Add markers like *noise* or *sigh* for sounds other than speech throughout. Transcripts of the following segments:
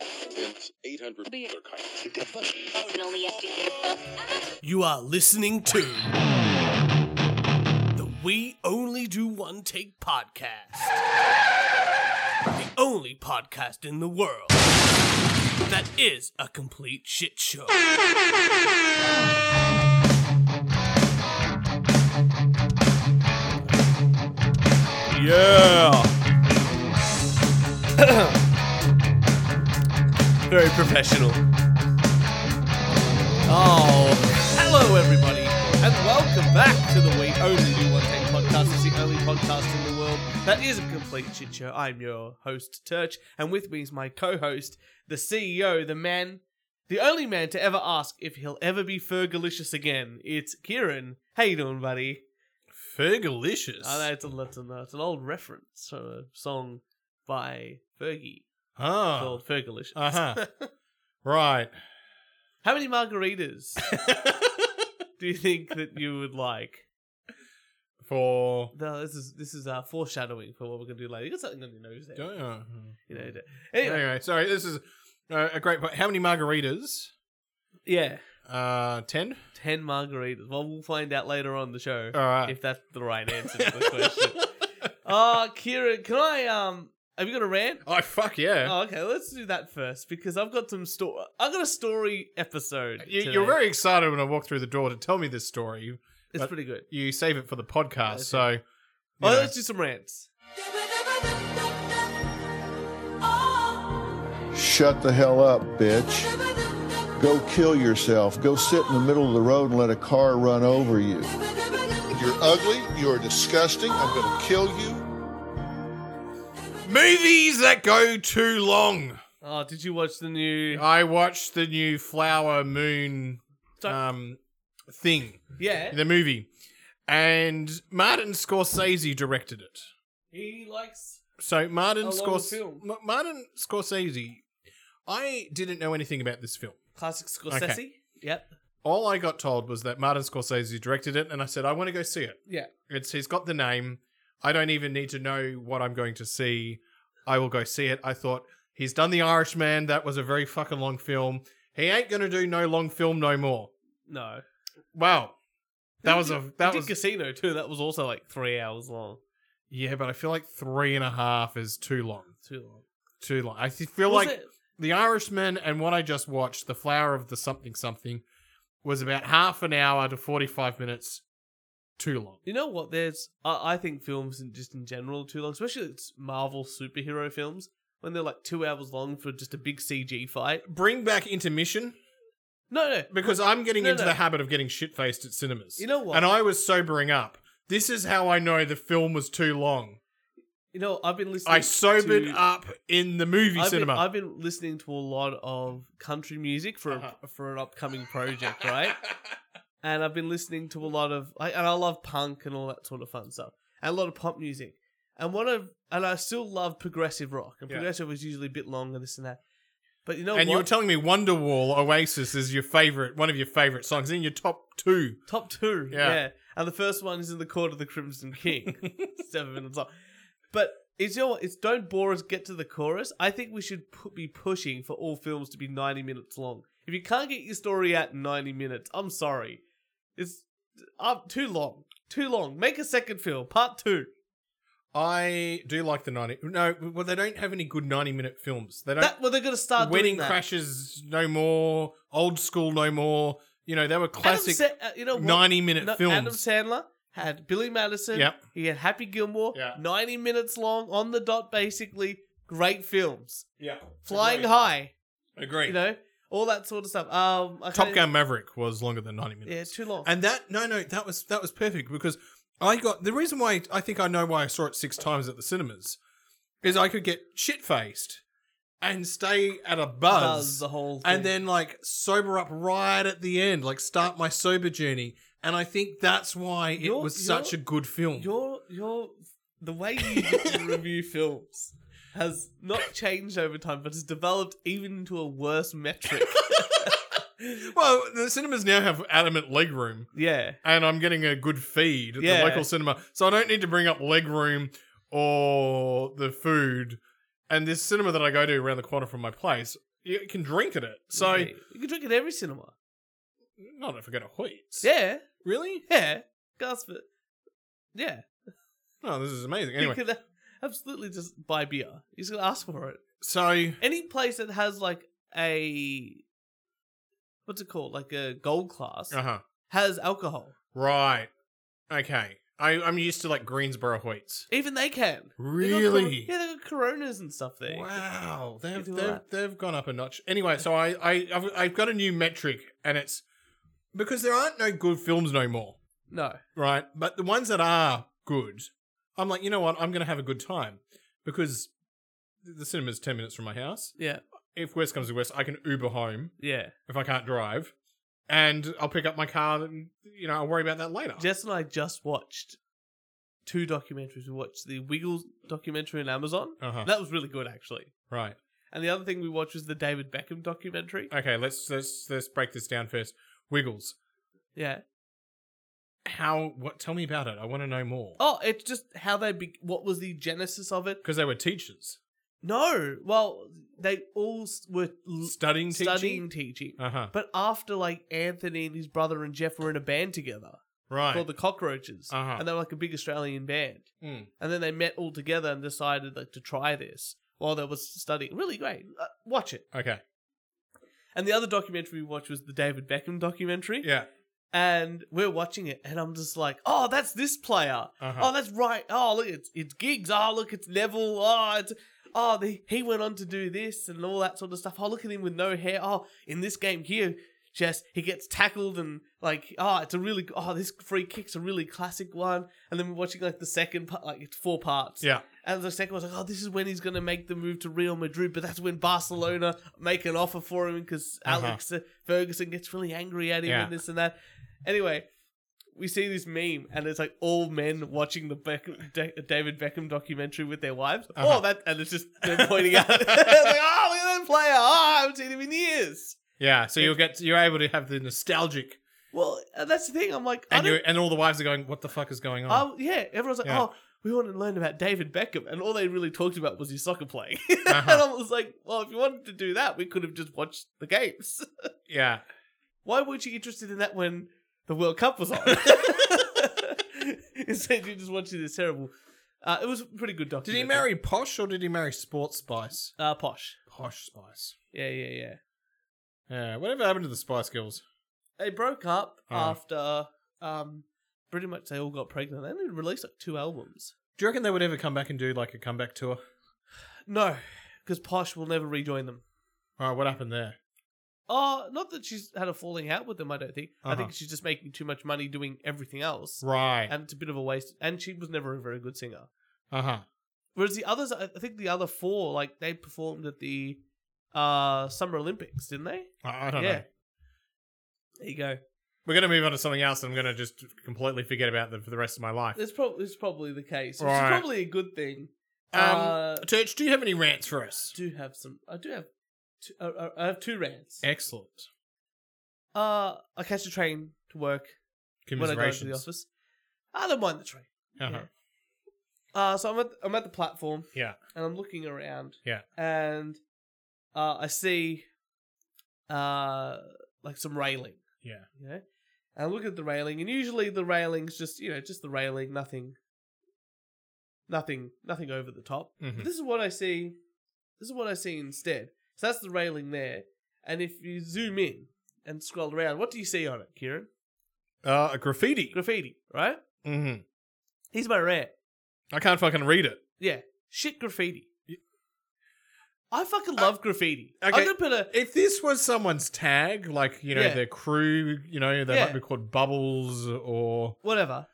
It's 800 other kind. You are listening to the We Only Do One Take podcast. The only podcast in the world that is a complete shit show. Yeah. Very professional. Oh, hello everybody, and welcome back to the We Only Do One Take podcast. It's the only podcast in the world that is a complete shit show. I'm your host Turch, and with me is my co-host, the CEO, the man, the only man to ever ask if he'll ever be Fergalicious again. It's Kieran. How you doing, buddy? Fergalicious. Oh, that's, a, that's, a, that's an old reference to a song by Fergie huh. called Fergalicious. Ah. Uh-huh. Right. *laughs* How *laughs* many margaritas do you think that you would like? For. No, this is this is uh, foreshadowing for what we're gonna do later. You got something on your nose there. Don't know. You know. Anyway, Anyway, sorry. This is uh, a great point. How many margaritas? yeah, Uh, ten. ten margaritas. Well, we'll find out later on the show All right. if that's the right answer *laughs* to the question. Oh, Kieran, can I um? Have you got a rant? oh fuck yeah! Oh, okay, let's do that first because I've got some story. I've got a story episode. you, today. you're very excited when I walk through the door to tell me this story. You, It's but- pretty good. you save it for the podcast, Okay. so. you Well, know. let's do some rants. Shut the hell up, bitch. Go kill yourself. Go sit in the middle of the road and let a car run over you. You're ugly. You're disgusting. I'm going to kill you. Movies that go too long. Oh, did you watch the new? I watched the new Flower Moon So- um thing. yeah, um, the movie. And Martin Scorsese directed it. he likes. So Martin A long Scorsese, film. M- Martin Scorsese, I didn't know anything about this film. Classic Scorsese. Yep. All I got told was that Martin Scorsese directed it, and I said I want to go see it. Yeah. It's he's got the name. I don't even need to know what I'm going to see. I will go see it. I thought he's done The Irishman. That was a very fucking long film. He ain't gonna do no long film no more. No. Wow, that He was did- a that he was did Casino too. That was also like three hours long. yeah, but I feel like three and a half is too long. Too long. Too long. I feel Was like it- The Irishman and what I just watched, The Flower of the Something Something, was about half an hour to 45 minutes too long. you know what? There's I, I think films in, just in general too long, especially it's Marvel superhero films when they're like two hours long for just a big CG fight. Bring back intermission No, no. because I'm getting No, into no. the habit of getting shit faced at cinemas. You know what? And I was sobering up. This is how I know the film was too long. You know I've been listening. I sobered to, up in the movie I've cinema. Been, I've been listening to a lot of country music for Uh-huh. a, for an upcoming *laughs* project, right? and I've been listening to a lot of like, and I love punk and all that sort of fun stuff, and a lot of pop music, and one of and I still love progressive rock, and Yeah. progressive is usually a bit longer, this and that. But you know and you were what? telling me Wonderwall Oasis is your favorite, one of your favorite songs, in your top two. Top two, yeah. Yeah. and the first one is in the court of the *laughs* Crimson King, seven minutes long. But it's your it's don't bore us. Get to the chorus. I think we should put, be pushing for all films to be ninety minutes long. If you can't get your story out in ninety minutes, I'm sorry, it's up too long. Too long. Make a second film, part two. I do like the 90. No, well, they don't have any good 90 minute films. They don't. That well, they're gonna start Wedding doing that. Crashes No More, Old School No More. You know, they were classic Adam Sa- uh, you know, what? 90 minute No, films. Adam Sandler had Billy Madison. Yep. He had Happy Gilmore. Yeah. Ninety minutes long on the dot, basically. Great films. yeah. Flying High. Agree. You know, all that sort of stuff. Um, I Top can't- Gun Maverick was longer than 90 minutes. Yeah, it's too long. And that no no that was that was perfect because I got the reason why I think I know why I saw it six times at the cinemas is I could get shit faced and stay at a Buzz buzz, the whole. and thing. then like sober up right at the end, like start my sober journey. And I think that's why it You're- was you're- such a good film. your your the way you *laughs* review films has not changed over time, but has developed even into a worse *laughs* metric. Well, the cinemas now have adamant leg room, yeah. and I'm getting a good feed at Yeah. the local cinema, so I don't need to bring up leg room or the food. And this cinema that I go to around the corner from my place you can drink at it. So Yeah, you can drink at every cinema. not if I go to Wheats. Yeah, Really? yeah, gasp it. Yeah, Oh, this is amazing. Anyway, you can uh, absolutely just buy beer. You just gotta ask for it. so Any place that has like a what's it called, like a gold class, uh huh. has alcohol. Right. Okay. I, I'm used to like Greensboro Wheats. Even they can. They got Cor- Really? yeah, they got Coronas and stuff there. Wow, they've do all they've, that. they've gone up a notch. Anyway, so I I I've, I've got a new metric, and it's because there aren't no good films no more, No. right? But the ones that are good, I'm like, you know what? I'm going to have a good time because the cinema's ten minutes from my house. Yeah. If worst comes to worst, I can Uber home Yeah. if I can't drive, and I'll pick up my car. And you know, I'll worry about that later. Jess and I just watched two documentaries. We watched the Wiggles documentary on Amazon. uh-huh. That was really good, actually. right. And the other thing we watched was the David Beckham documentary. Okay. Let's let's let's break this down first. Wiggles. Yeah. How? What? Tell me about it. I want to know more. Oh, it's just how they. Be- what was the genesis of it? Because they were teachers. No. Well, they all s- were l- Studying teaching? studying teaching. Uh huh. But after like Anthony and his brother and Jeff were in a band together Right. called the Cockroaches, Uh-huh. and they were like a big Australian band. Mm. And then they met all together and decided like to try this while they was studying. Really great. Uh, watch it. Okay. And the other documentary we watched was the David Beckham documentary. Yeah. And we're watching it, and I'm just like, oh, that's this player. Uh-huh. Oh, that's right. Oh, look, it's it's gigs. Oh, look, it's Neville. Oh, it's oh, the, he went on to do this and all that sort of stuff. Oh, look at him with no hair. Oh, in this game here, Jess, he gets tackled and like, oh, it's a really oh, this free kick's a really classic one. And then we're watching like the second part, like it's four parts. Yeah. And the second one's like, oh, this is when he's going to make the move to Real Madrid, but that's when Barcelona make an offer for him because Uh-huh. Alex uh, Ferguson gets really angry at him Yeah. and this and that. Anyway, we see this meme, and it's like all men watching the Beck- De- David Beckham documentary with their wives. Uh-huh. Oh, that, and it's just them pointing out, *laughs* it's like, oh, look at that player. Oh, I haven't seen him in years. Yeah. So you'll get you're able to have the nostalgic Well, and that's the thing. I'm like, I and don't you and all the wives are going, What the fuck is going on? Oh yeah, everyone's like, Yeah. oh, we want to learn about David Beckham, and all they really talked about was his soccer playing. *laughs* Uh-huh. and I was like, well, if you wanted to do that, we could have just watched the games. *laughs* yeah. Why weren't you interested in that when the World Cup was on? *laughs* Instead, you just watching this terrible. Uh, it was a pretty good Did documentary. he marry Posh or did he marry Sports Spice? Uh, Posh. Posh Spice. Yeah, yeah, yeah. Yeah. Whatever happened to the Spice Girls? They broke up Oh. after um, pretty much they all got pregnant. They only released like two albums. Do you reckon they would ever come back and do like a comeback tour? No, because Posh will never rejoin them. All right. What happened there? Oh, not that she's had a falling out with them. I don't think. I think Uh-huh. she's just making too much money doing everything else, Right. and it's a bit of a waste. And she was never a very good singer. Uh huh. Whereas the others, I I think the other four, like they performed at the uh, Summer Olympics, didn't they? I, I don't Yeah. know. There you go. We're gonna move on to something else, and I'm gonna just completely forget about them for the rest of my life. That's probably it's probably the case. Which Right. is probably a good thing. Um, uh, Church, do you have any rants for us? I do have some. I do have. Two, uh, uh, I have two rants. Excellent. Uh, I catch a train to work when I go into the Commiserations. office. I don't mind the train. Uh-huh. Uh, so I'm at I'm at the platform. Yeah. and I'm looking around. Yeah. And uh, I see uh like some railing, Yeah. you know? And I look at the railing and usually the railing's just, you know, just the railing, nothing nothing nothing over the top. Mhm. But this is what I see this is what I see instead. So that's the railing there. And if you zoom in and scroll around, what do you see on it, Kieran? Uh, a graffiti. Graffiti, right? Mm-hmm. He's my rant. I can't fucking read it. Yeah. Shit graffiti. I fucking love graffiti. Uh, okay. I'm gonna put a If this was someone's tag, like you know Yeah. their crew, you know they might Yeah. be called Bubbles or whatever.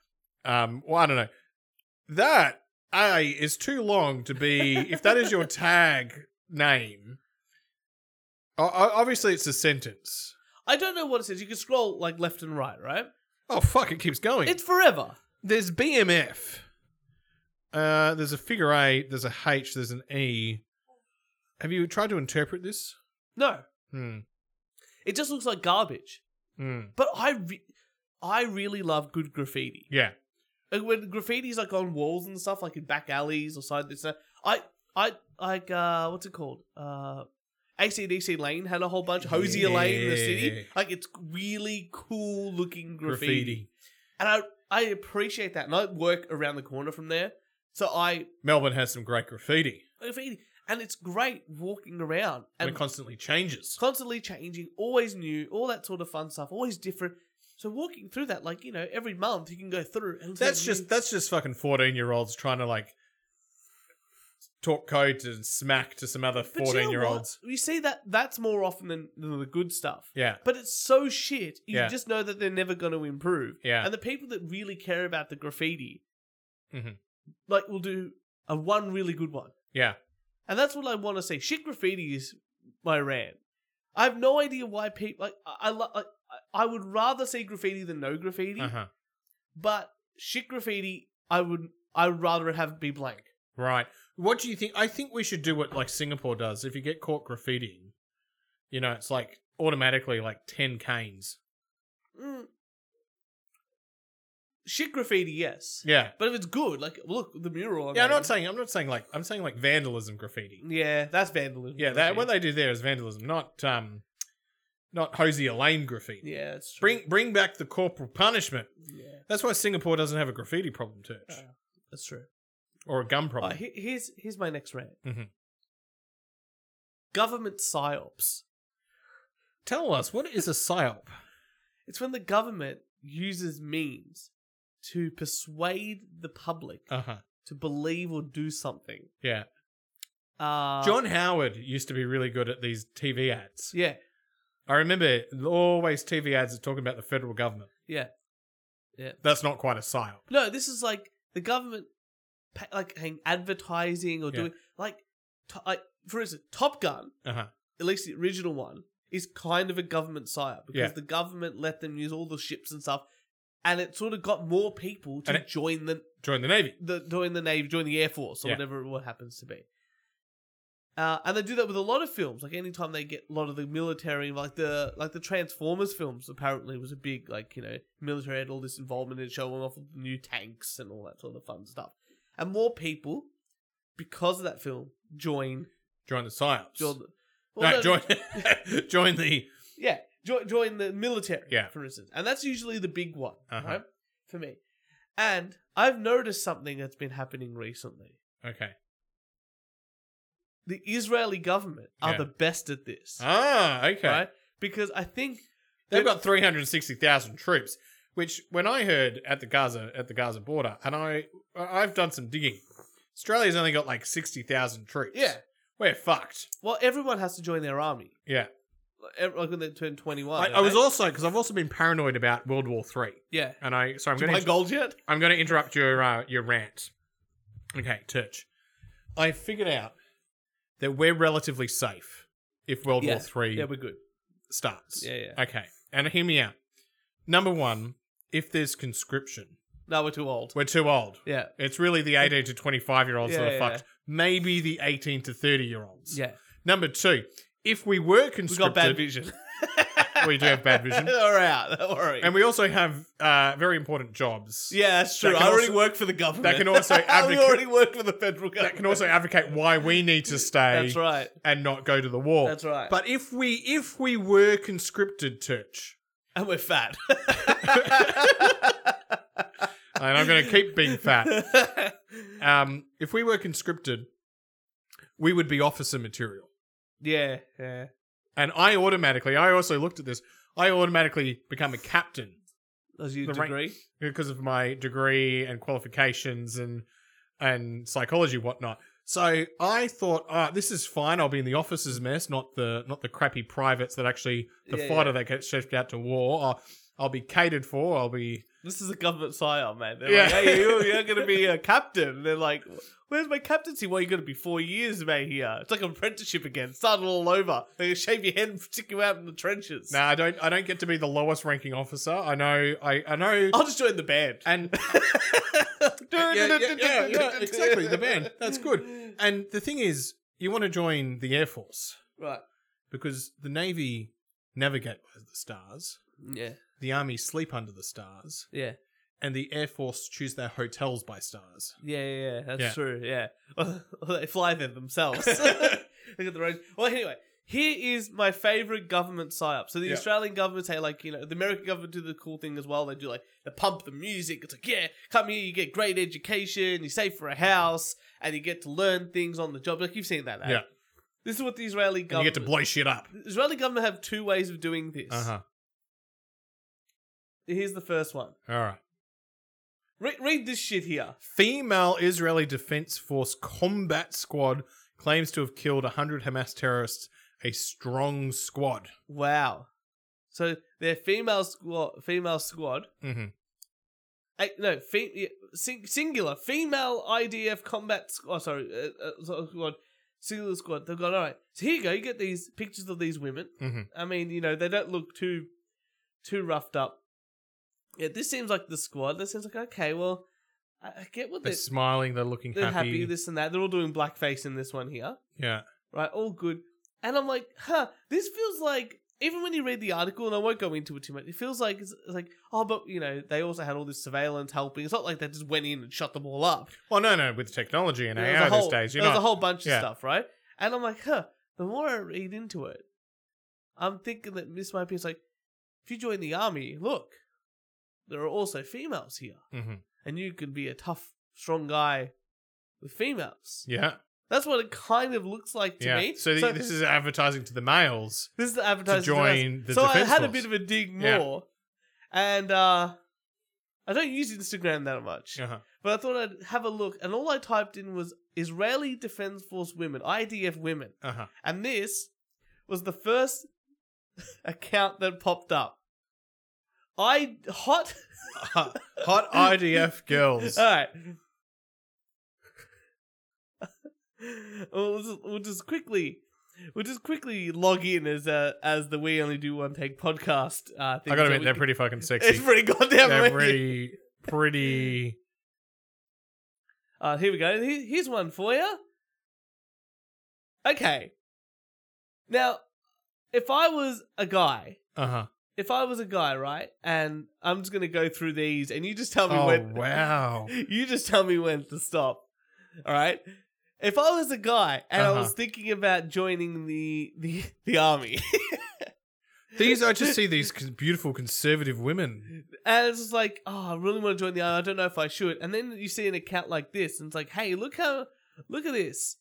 um, well I don't know. That a is too long to be. if that is your tag name, o- o- obviously it's a sentence. I don't know what it says. You can scroll like left and right, right? Oh fuck! It keeps going. It's forever. there's BMF. Uh, there's a figure eight. There's a H. There's an E. Have you tried to interpret this? No, Hmm. it just looks like garbage. Hmm. But I, re- I really love good graffiti. Yeah. Like when graffiti's like on walls and stuff, like in back alleys or side this. and that, I, I like uh, what's it called? Uh, ACDC Lane had a whole bunch. Hosier Lane in the Yeah. city. Like it's really cool looking graffiti. graffiti. And I I appreciate that. And I work around the corner from there. So I Melbourne has some great graffiti. graffiti. And it's great walking around And and it constantly changes. constantly changing, always new, all that sort of fun stuff, always different. So walking through that, like, you know, every month you can go through and it's That's like, just that's just fucking fourteen year olds trying to like talk code to smack to some other But you know fourteen year olds. what? You see that that's more often than, than the good stuff. Yeah. But it's so shit. You Yeah. just know that they're never going to improve. Yeah. And the people that really care about the graffiti, Mhm. like, will do a one really good one. Yeah. And that's what I want to say. Shit graffiti is my rant. I have no idea why people like I, I lo- like I I would rather see graffiti than no graffiti, Uh huh. but shit graffiti I would I would rather it have be blank. Right. What do you think? I think we should do what like Singapore does. If you get caught graffitiing, you know, it's like automatically like ten canes. Mm. Shit graffiti, yes. Yeah. But if it's good, like look the mural. on Yeah. I'm there. not saying. I'm not saying like. I'm saying like vandalism graffiti. Yeah, that's vandalism. Yeah. That what graffiti. they do there is vandalism, not um, not Hosey Lane graffiti. Yeah, it's true. Bring bring back the corporal punishment. yeah, That's why Singapore doesn't have a graffiti problem, Church, Yeah. that's true. or a gun problem. Uh, he- here's here's my next rant. Mhm. Government psyops. Tell us what is a psyop? It's when the government uses means to persuade the public Uh huh. to believe or do something. Yeah. Uh, John Howard used to be really good at these TV ads. Yeah, I remember always TV ads are talking about the federal government. yeah. That's not quite a psyop. No, this is like the government, pa- like hang advertising or Yeah. doing like, to, like for instance, Top Gun, Uh huh. at least the original one, is kind of a government psyop because Yeah. the government let them use all the ships and stuff, and it sort of got more people to And it- join the Join the navy. the join the navy, join the air force, or Yeah. whatever it happens to be. Uh, and they do that with a lot of films. Like anytime they get a lot of the military, like the like the Transformers films, apparently was a big like you know military had all this involvement in showing off the new tanks and all that sort of fun stuff. And more people, because of that film, join Join the psyops. join. The, well, no, no, join. *laughs* join the. *laughs* yeah, join, join the military, Yeah. for instance. And that's usually the big one, Uh-huh. right, for me. And I've noticed something that's been happening recently. Okay. The Israeli government are Yeah. the best at this, Ah, okay. right? Because I think They've got three hundred sixty thousand troops. Which, when I heard at the Gaza at the Gaza border, and I I've done some digging. Australia's only got like sixty thousand troops. Yeah. we're fucked. well, everyone has to join their army. Yeah. Like, ev- Like when they turn twenty-one, I, don't I was they? also because I've also been paranoid about World War Three, yeah. and I so I'm Did you going buy to gold yet? I'm going to interrupt your uh, your rant. Okay, Turch. I figured out that we're relatively safe if World yeah. War Three Yeah, we're good. starts. Yeah, yeah. Okay, and hear me out. Number one, if there's conscription, No, we're too old. we're too old. yeah, It's really the 18 to 25 year olds Yeah, that are yeah, fucked. Maybe the 18 to 30 year olds. yeah. Number two, if we were We conscripted, got bad vision. *laughs* We do have bad vision. *laughs* All right, don't worry. and we also have uh, very important jobs. yeah, that's That true. I can already also- work for the government. that can *laughs* also we advocate- already work for the federal government. That can also advocate why we need to stay That's right. and not go to the war. That's right. But if we if we were conscripted, Turch, and we're fat. and I'm going to keep *laughs* being fat. Um, if we were conscripted, we would be officer material. *laughs* yeah, yeah. And I automatically, I also looked at this. I automatically become a captain Does your The rank- degree? because of my degree and qualifications and and psychology whatnot. So I thought, ah, this is fine. I'll be in the officers' mess, not the not the crappy privates that actually the Yeah, fighter that gets shipped out to war. I'll, I'll be catered for. I'll be This is a government psyop, man. They're Yeah. like, hey, you're, you're going to *laughs* be a captain. They're like, where's my captaincy? Well, you're going to be four years, mate, here. It's like an apprenticeship again. Start it all over. They shave your head and stick you out in the trenches. no, I don't. I don't get to be the lowest ranking officer. I know. I I know. I'll just join *laughs* the band. And Oh. yeah, yeah, yeah, yeah, *laughs* exactly the band. That's good. And the thing is, you want to join the air force. *laughs* Right. because the navy navigate by the stars, Yeah. the army sleep under the stars, Yeah. and the air force choose their hotels by stars. Yeah, yeah, yeah, *laughs* that's Yeah. *laughs* true. Yeah, Or they fly there themselves. they got their own. Well, anyway, Here is my favorite government psyop. So the Yeah. Australian government say like, you know, the American government do the cool thing as well. They do like they pump the music. It's like, yeah, come here, you get great education, you save for a house, and you get to learn things on the job. Like you've seen that. ad. Yeah. This is what the And Israeli you government get to blow shit up. the Israeli government have two ways of doing this. Uh huh. Here's the first one. All right. Re- read this shit here. Female Israeli Defense Force combat squad claims to have killed 100 Hamas terrorists. A strong squad. Wow. So their female squad, female squad, Mm-hmm. eh, no, fe- yeah, sing- singular female IDF combat squad. Oh, sorry, uh, uh, so- squad, singular squad. They've got all right. So here you go. You get these pictures of these women. Mm-hmm. I mean, you know, they don't look too too roughed up. Yeah, this seems like the squad. This seems like okay. Well, I, I get what They're they smiling. They're looking they're happy. happy. This and that. They're all doing blackface in this one here. yeah. right? All good. And I'm like, huh, this feels like even when you read the article, and I won't go into it too much, it feels like it's, it's like, oh, but you know, they also had all this surveillance helping. It's not like they just went in and shut them all up. Well, no, no. With technology and There was AI a whole, these days, you there know. was a whole bunch yeah. of stuff, right? And I'm like, huh. The more I read into it, I'm thinking that this might be it's like, if you join the army, look, there are also females here, hmm and you could be a tough, strong guy with females. Yeah. That's what it kind of looks like to yeah. me. So, th- this is advertising to the males. This is the advertising To join the so I defense had a force. bit of a dig Yeah. more, and uh, I don't use Instagram that much, Uh-huh. but I thought I'd have a look. And all I typed in was Israeli Defense Force women, IDF women, *laughs* Uh-huh. and this was the first *laughs* account that popped up. I hot. *laughs* Hot IDF girls. all right. *laughs* we'll, just, we'll just quickly, we'll just quickly log in as uh, as the we only do one take podcast. Uh, thing, I gotta so admit, we they're can- *laughs* pretty fucking sexy. It's pretty goddamn they're leggy. pretty, pretty. Uh, here we go. Here- Here's one for you. Okay. Now, if I was a guy, Uh huh. if I was a guy, right, and I'm just gonna go through these, and you just tell me Oh when. wow. *laughs* you just tell me when to stop. All right. If I was a guy and I was Uh-huh. thinking about joining the the, *laughs* the army, These I just see these con- beautiful conservative women. and it's just like, oh, I really want to join the army. I don't know if I should. And then you see an account like this, and it's like, hey, look how, look at this,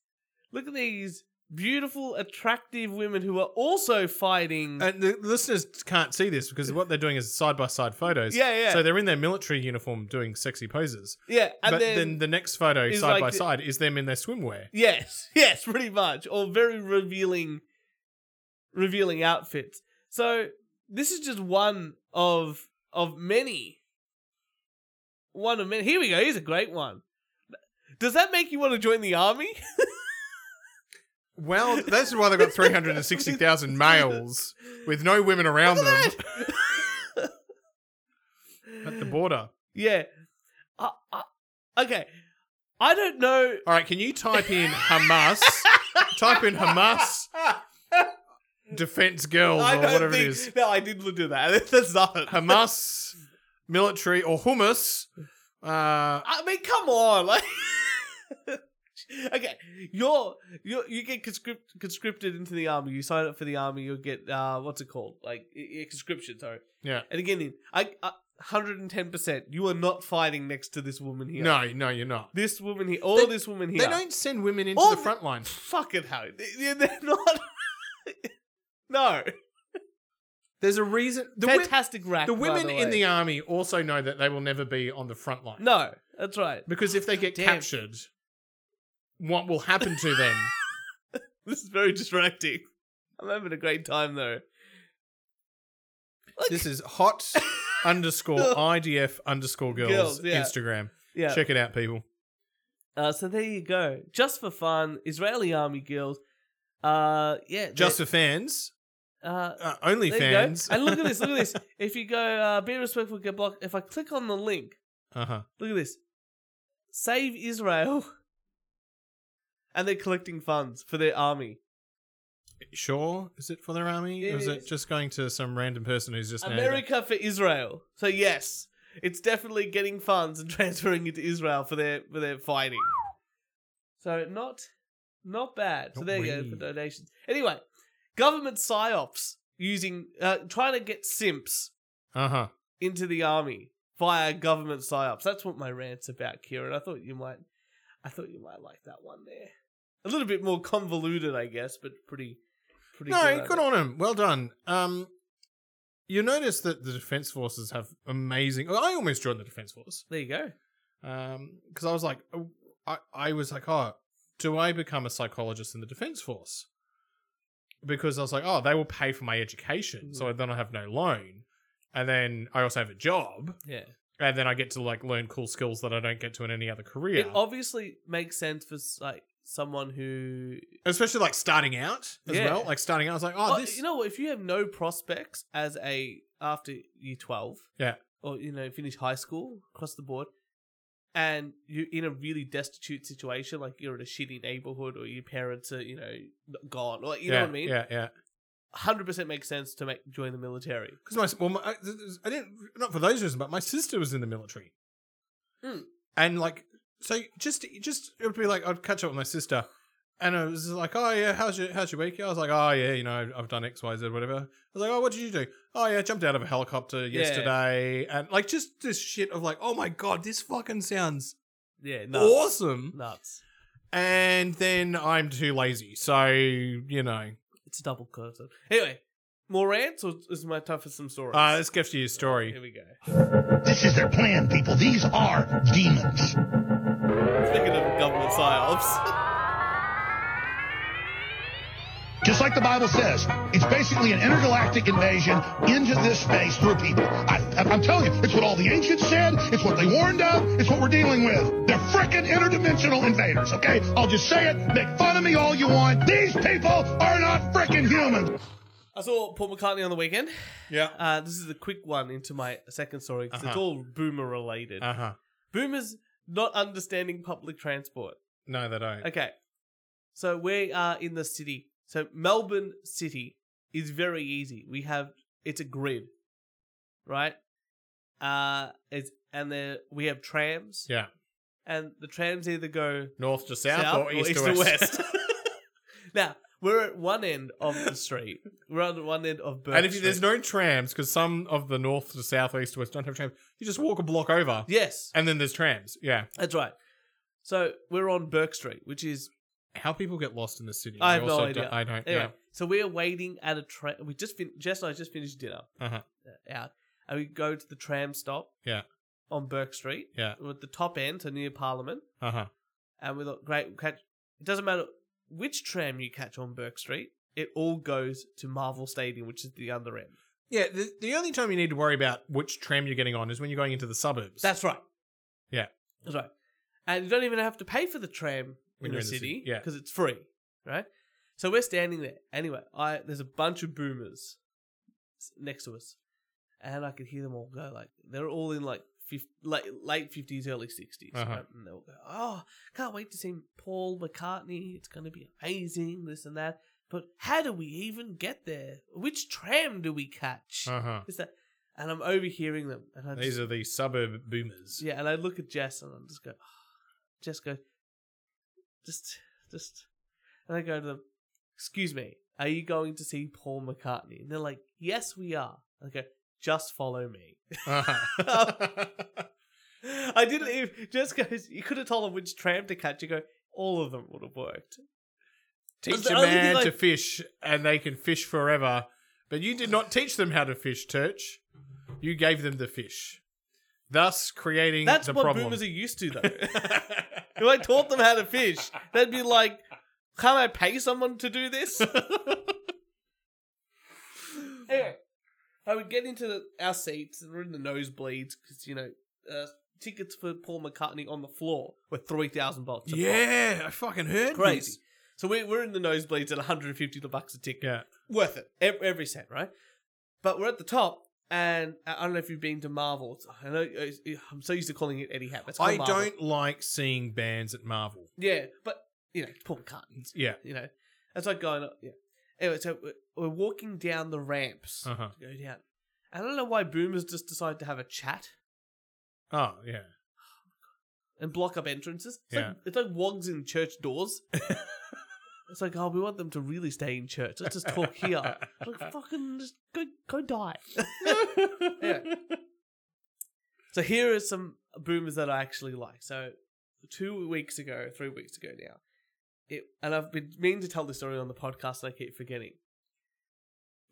look at these beautiful, attractive women who are also fighting. And the listeners can't see this because what they're doing is side by side photos. Yeah, yeah. So they're in their military uniform doing sexy poses. yeah, and but then, the next photo, is side like by the- side, is them in their swimwear. Yes, *laughs* yes, pretty much. Or very revealing revealing outfits. So this is just one of of many. One of many. Here we go, here's a great one. Does that make you want to join the army? *laughs* Well, that's why they've got 360,000 males with no women around Look them at *laughs* at the border. yeah. Uh, uh, okay. I *laughs* don't know. All right, can you type in *laughs* Hamas? type in Hamas defense girls I or don't Oh, whatever think, it is. No, I did do that. *laughs* That's not it. Hamas military or hummus. Uh, I mean, come on, like. *laughs* okay, you're you you get conscript, conscripted into the army. You sign up for the army. You'll get uh, what's it called? Like i- i- conscription. Sorry. Yeah. And again, I uh, hundred and ten percent. You are not fighting next to this woman here. No, no, you're not. This woman here, or They- this woman here. They don't send women into All the the- front line. Fucking hell, They- they're, *laughs* not. no, There's a reason. The, wi- fantastic rack. the by women in way. the army also know that they will never be on the front line. no, that's right. Because if they get Damn. captured, what will happen to *laughs* them? *laughs* This is very distracting. I'm having a great time though. Look. this is *laughs* hot underscore IDF underscore girls, Girls, yeah. Instagram. Yeah. Check it out, people. Uh, so there you go. Just for fun, Israeli army girls. Uh, yeah. Just they- for fans, uh, uh, only there you go. fans. And look *laughs* at this. Look at this. If you go, uh, be respectful, get blocked. If I click on the link, Uh huh. look at this. Save Israel. *laughs* And they're collecting funds for their army. Sure, is it for their army, It or is it is. just going to some random person who's just now- America for Israel. So yes, it's definitely getting funds and *laughs* transferring it to Israel for their for their fighting. So not not bad. So Not there you go weed. for donations. Anyway, government psyops using uh, trying to get simps Uh huh. into the army via government psyops. That's what my rant's about, Kieran. I thought you might, I thought you might like that one there. A little bit more convoluted, I guess, but pretty, pretty. No, at good it. on him. Well done. Um, you notice that the defense forces have amazing. I almost joined the defense force. There you go. Um, because I was like, oh, I, I was like, oh, do I become a psychologist in the defense force? Because I was like, oh, they will pay for my education, so Mm. then I have no loan, and then I also have a job, Yeah. and then I get to like learn cool skills that I don't get to in any other career. It obviously makes sense for like someone who, Especially like starting out as Yeah. well. Like starting out, I was like, oh, Well, this. you know, what, if you have no prospects as a after year twelve, Yeah. or you know, finish high school across the board. And you're in a really destitute situation, like you're in a shitty neighborhood, or your parents are, you know, gone, or you know yeah, what I mean. Yeah, yeah. hundred percent makes sense to make join the military. Because my well, my, I, th- th- I didn't not for those reasons, but my sister was in the military, Hmm. and like so, just just it would be like I'd catch up with my sister, and I was like, oh yeah, how's your how's your week? I was like, oh yeah, you know, I've- I've done X, Y, Z, whatever. I was like, oh, what did you do? Oh yeah, I jumped out of a helicopter Yeah. yesterday, and like just this shit of like, oh my god, this fucking sounds Yeah, nuts. awesome. Nuts. And then I'm too lazy, so you know, It's a double curse. Anyway, more rants or is my time for some stories? uh, let's get to your Here story. we go. *laughs* This is their plan, people. These are demons. Speaking of government psyops, Just like the Bible says, it's basically an intergalactic invasion into this space through people. I, I'm telling you, it's what all the ancients said, it's what they warned of, it's what we're dealing with. They're frickin' interdimensional invaders, okay? I'll just say it, make fun of me all you want. These people are not frickin' humans. I saw Paul McCartney on the weekend. Yeah. Uh, this is a quick one into my second story because it's Uh-huh. all boomer related. Uh huh. Boomers not understanding public transport. No, they don't. Okay, so we are in the city. So Melbourne City is very easy. We have it's a grid, right? Uh, it's and there we have trams. Yeah. and the trams either go North to south, south, or, east, to *laughs* or west. west. *laughs* now we're at one end of the street. We're at one end of *laughs* Burke and if you- there's Street. no trams, because some of the north to south, or east to west don't have trams, you just walk a block over, yes, and then there's trams. Yeah. that's right. So we're on Burke Street, which is How people get lost in the city? I have also no idea. don't- I don't. Anyway, so we're waiting at a tram. We just fin- Jess and I just finished dinner Uh-huh. uh, out, and we go to the tram stop. Yeah. on Burke Street. Yeah. we're at the top end, so near Parliament, Yeah. Uh huh. and we thought, great, we'll catch. It doesn't matter which tram you catch on Burke Street; it all goes to Marvel Stadium, which is the other end. Yeah. The, the only time you need to worry about which tram you're getting on is when you're going into the suburbs. That's right. Yeah. that's right. And you don't even have to pay for the tram When in you're the city, yeah. because it's free, right? So we're standing there. Anyway, I there's a bunch of boomers s- next to us, and I could hear them all go like they're all in like fif- late late fifties, early 60s Uh-huh. right? and they'll go, "Oh, can't wait to see Paul McCartney. It's going to be amazing, this and that." But how do we even get there? Which tram do we catch? Uh huh. Is that? And I'm overhearing them, and I just, These are the suburb boomers. yeah, and I look at Jess and I just go, *sighs* Jess go, just, just, and I go to them, excuse me, are you going to see Paul McCartney? And they're like, yes, we are. I go, just follow me. *laughs* Uh-huh. Oh. *laughs* I didn't even, Jess goes, you could have told them which tram to catch. You go, all of them would have worked. That's Teach the a only man thing I- to fish, and they can fish forever. But you did not teach them how to fish, Turch. You gave them the fish, thus creating That's the what problem. boomers *laughs* are used to, *laughs* though. if I taught them how to fish, they'd be like, can't I pay someone to *laughs* do this? anyway, I would get into the, our seats and we're in the nosebleeds because, you know, uh, tickets for Paul McCartney on the floor were 3000 bucks. a *laughs* pop. yeah, I fucking heard Crazy. this. So we're, we're in the nosebleeds at 150 bucks a ticket. Yeah, Worth it. Ev- Every cent, right? But we're at the top. And I I don't know if you've been to Marvel. I know it's- I'm so used to calling it Eddie Hat. but it's called I Marvel. don't like seeing bands at Marvel. Yeah, but you know, Paul McCartney. Yeah, You know, that's like going. Yeah. Anyway, so we're- we're walking down the ramps uh huh. to go down. I don't know why boomers just decide to have a chat Oh yeah, and block up entrances. It's, Yeah. like, it's like wogs in church doors. It's like, oh, we want them to really stay in church. Let's just talk here. I'm like, fucking, just go, go die. Yeah. So here are some boomers that I actually like. So two weeks ago, three weeks ago now, it, and I've been meaning to tell this story on the podcast, and I keep forgetting.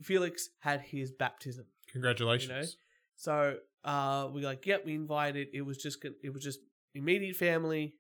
Felix had his baptism. *laughs* Congratulations. So uh, we like, yep, we invited. It was just, gon- it was just immediate family.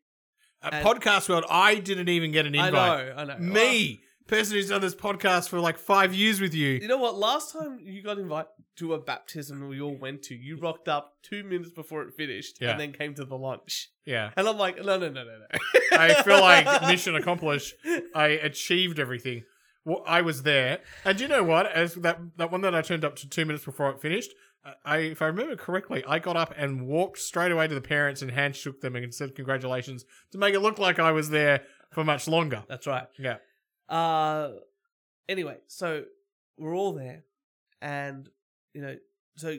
At And- Podcast World, I didn't even get an I invite. know, I know. *laughs* Oh, Me, person who's done this podcast for like five years with you. You know what? Last time you got invited to a baptism we all went to, you rocked up two minutes before it finished Yeah. and then came to the lunch. yeah. And I'm like, no, no, no, no, no. I feel *laughs* like mission accomplished. I achieved everything. Well, I was there, and you know what? As that that one that I turned up to two minutes before it finished, I- I, if I remember correctly, I got up and walked straight away to the parents and handshook them and said congratulations to make it look like I was there for much longer. That's right. Yeah, Uh, anyway, so we're all there, and you know, so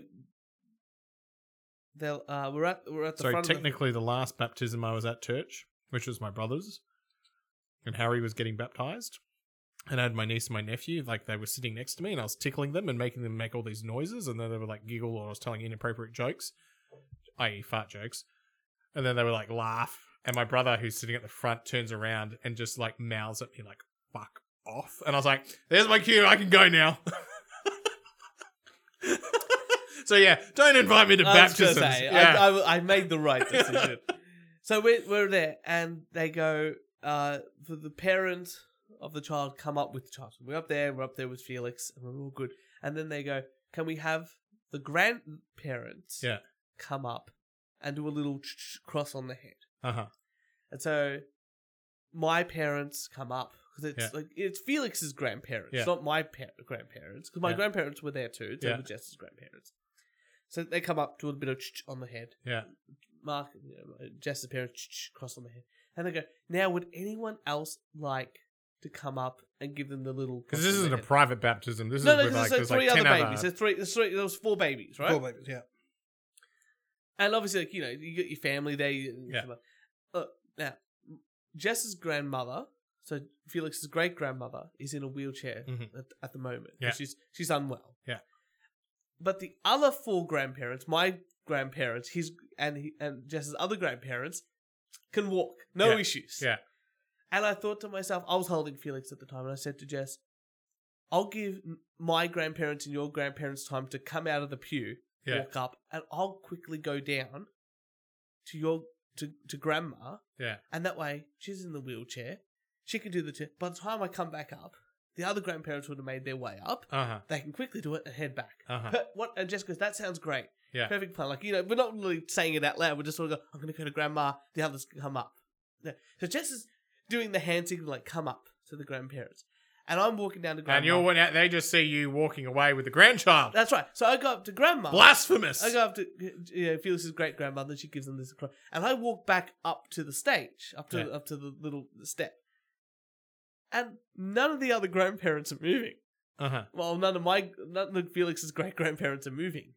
they'll uh, we're at we're at the so front. of the- technically, the last baptism I was at church, which was my brother's, and Harry was getting baptized. And I had my niece and my nephew, like they were sitting next to me, and I was tickling them and making them make all these noises, and then they were like giggle, or I was telling inappropriate jokes, i.e., fart jokes, and then they were like laugh. And my brother, who's sitting at the front, turns around and just like mouths at me like "fuck off," and I was like, "There's my cue, I can go now." *laughs* so yeah, don't invite me to I was gonna baptisms. say, Yeah. I, I, I made the right *laughs* decision. so we're, we're there, and they go uh, for the parent of the child come up with the child. So we're up there, we're up there with Felix, and we're all good. And then they go, can we have the grandparents Yeah. come up and do a little ch- ch- cross on the head? Uh-huh. And so my parents come up because it's Yeah. like it's Felix's grandparents, Yeah. not my par- grandparents, because my Yeah. grandparents were there too. They Yeah. were Jess's grandparents. So they come up, do a bit of ch- on the head. Yeah. Mark, you know, Jess's parents ch- ch- cross on the head, and they go. Now, would anyone else like to come up and give them the little? Because cross this on the isn't a head? private baptism. This no, is no, with there's like, like there's like three 10 other other babies. There's three. There's three. There was four babies, right? Four babies, yeah. And obviously, like, you know, you got your family there. You, Yeah. Look, now, Jess's grandmother, so Felix's great grandmother, is in a wheelchair Mhm. at, at the moment. Yeah. She's she's unwell. Yeah. But the other four grandparents, my grandparents, his and he, and Jess's other grandparents, can walk, no Yeah. issues. Yeah. And I thought to myself, I was holding Felix at the time, and I said to Jess, "I'll give m- my grandparents and your grandparents time to come out of the pew." Yeah. walk up and I'll quickly go down to your to, to grandma Yeah. and that way she's in the wheelchair. She can do the t- by the time I come back up, the other grandparents would have made their way up. Uh huh. They can quickly do it and head back. Uh-huh. *laughs* But what and Jessica goes, that sounds great. Yeah. Perfect plan. Like, you know, we're not really saying it out loud, we're just sort of go, I'm gonna go to grandma, the others can come up. Yeah. So Jess is doing the hand signal like come up to the grandparents. And I'm walking down to grandma. And you're when they just see you walking away with the grandchild. That's right. So I go up to grandma. Blasphemous. I go up to you know, Felix's great grandmother. and She gives them this, cro- and I walk back up to the stage, up to Yeah. up to the little step, and none of the other grandparents are moving. Uh huh. Well, none of my none of Felix's great grandparents are moving,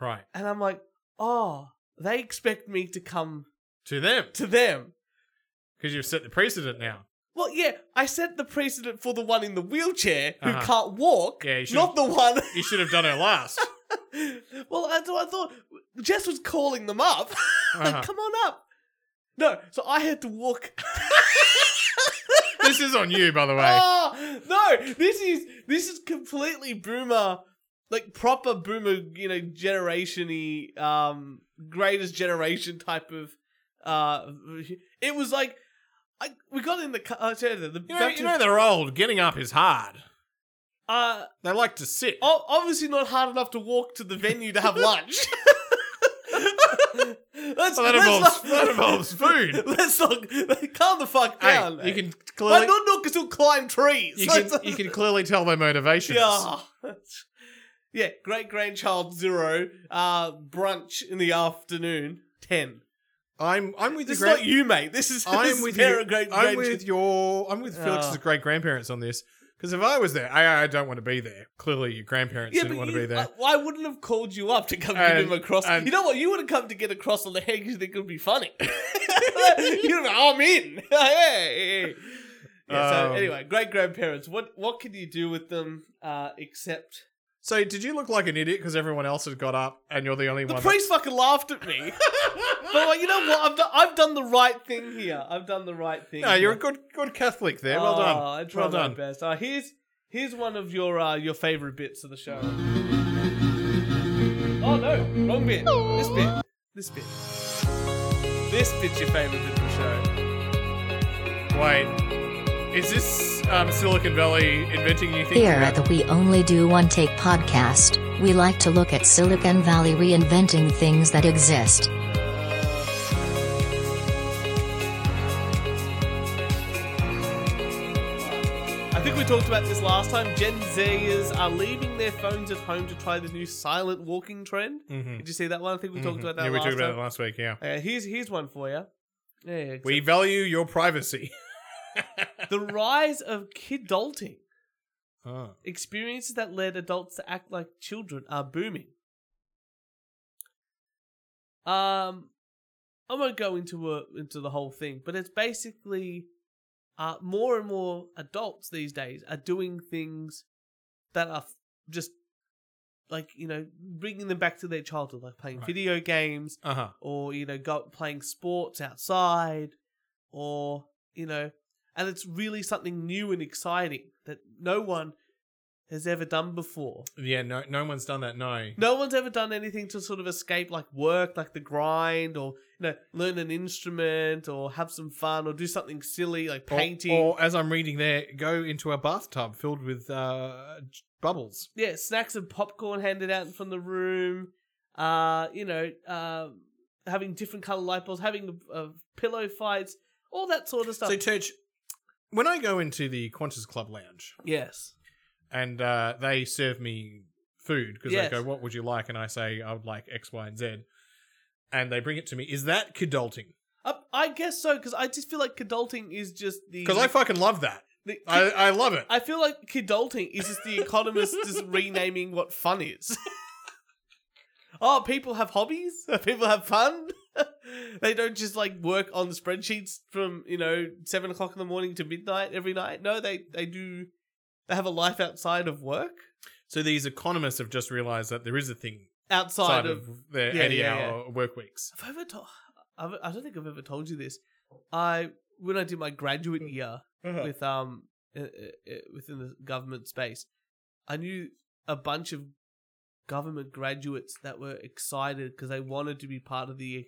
Right. and I'm like, oh, they expect me to come To them. to them. Because you've set the precedent now. Well, yeah, I set the precedent for the one in the wheelchair who Uh-huh. can't walk, Yeah, you should've- not the one. *laughs* You should have done it last. well, that's what I thought. Jess was calling them up. *laughs* Uh-huh. like, come on up. No, so I had *laughs* to walk. this is on you, by the way. *laughs* oh, no, this is this is completely boomer, like proper boomer, you know, generationy, um, greatest generation type of. Uh, it was like, I we got in the car. Uh, sorry, the, the you, know, you know they're old. Getting up is hard. uh, They like to sit. o- obviously not hard enough to walk to the venue *laughs* to have lunch. *laughs* Let's, Well, that, let's involves, not- that involves *laughs* food. Let's not *laughs* calm the fuck Hey, down. you eh? can my clearly nunnook can still climb trees. you can, *laughs* you can clearly tell their motivations. yeah. *laughs* yeah, great grandchild zero, uh, brunch in the afternoon ten. I'm I'm with This you. Grant. is not you, mate. This is *laughs* this I'm is with parent you. Great I'm grandchild. with your. I'm with Felix's Ah. great grandparents on this because if I was there, I, I don't want to be there. Clearly, your grandparents yeah, didn't but want you- to be I, there. I wouldn't have called you up to come And- give him a cross. and- you know what? You would have come to get a cross on *laughs* the *laughs* head because you think it would be funny. You'd have been, I'm in. hey, hey, hey. Yeah, so Um, anyway, great grandparents. What what can you do with them uh, except So did you look like an idiot because everyone else had got up and you're the only the one? priest fucking laughed *laughs* at me? but like, you know what? I've done, I've done the right thing here. I've done the right thing. that- no, you're a here. good good Catholic there. Well done. Oh, I well tried my done. best. Uh, here's here's one of your uh, your favorite bits of the show. Oh no, wrong bit. This bit. This bit. This bit's your favorite bit of the show. Wait, is this um, Silicon Valley inventing new things? Here about- at the We Only Do One Take podcast, we like to look at Silicon Valley reinventing things that exist. I think we talked about this last time. Gen Zers are leaving their phones at home to try the new silent walking trend. Mhm. Did you see that one? I think we talked about that Mm-hmm. yeah, we last talked about time. it last week. Yeah, Okay, here's here's one for you. Yeah, yeah, we except- value your *laughs* privacy. *laughs* the rise of kidulting. oh. Experiences that led adults to act like children are booming. Um, I won't go into a, into the whole thing, but it's basically uh, more and more adults these days are doing things that are f- just like you know bringing them back to their childhood, like playing Right. video games Uh huh. or you know go playing sports outside or you know and it's really something new and exciting that no one has ever done before Yeah. No, no one's done that. No. no one's ever done anything to sort of escape like work like the grind or you know learn an instrument or have some fun or do something silly like Or- painting Or, as I'm reading there, go into a bathtub filled with uh, j- bubbles. yeah, snacks and popcorn handed out from the room. Uh, you know, um, having different color light bulbs, having uh, pillow fights, all that sort of stuff. So, Church, when I go into the Qantas Club Lounge yes. and uh, they serve me food because Yes. they go, "What would you like?" and I say, "I would like X, Y, and Z," and they bring it to me. Is that kidulting? I, I guess so, because I just feel like kidulting is just the. Because I fucking love that. the- I, I love it. I feel like kidulting is just the economist just renaming what fun is. *laughs* oh, people have hobbies. *laughs* People have fun. *laughs* they don't just like work on spreadsheets from you know seven o'clock in the morning to midnight every night. No, they they do. They have a life outside of work, So these economists have just realised that there is a thing outside side of of, their yeah, yeah, 80 hour work weeks. Have I ever told? I don't think I've ever told you this. I when I did my graduate year with um uh, uh, uh, within the government space, I knew a bunch of government graduates that were excited because they wanted to be part of the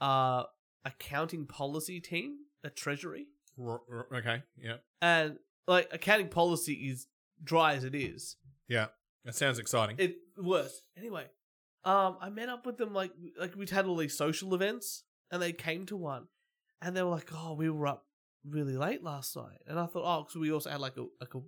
uh accounting policy team at Treasury R- r- okay. Yeah. and like accounting policy is dry as it is Yeah. That sounds exciting. it worse. Anyway, um, I met up with them like like we'd had all these social events, and they came to one, and they were like, "Oh, we were up really late last night," and I thought, "Oh, because we also had like a like a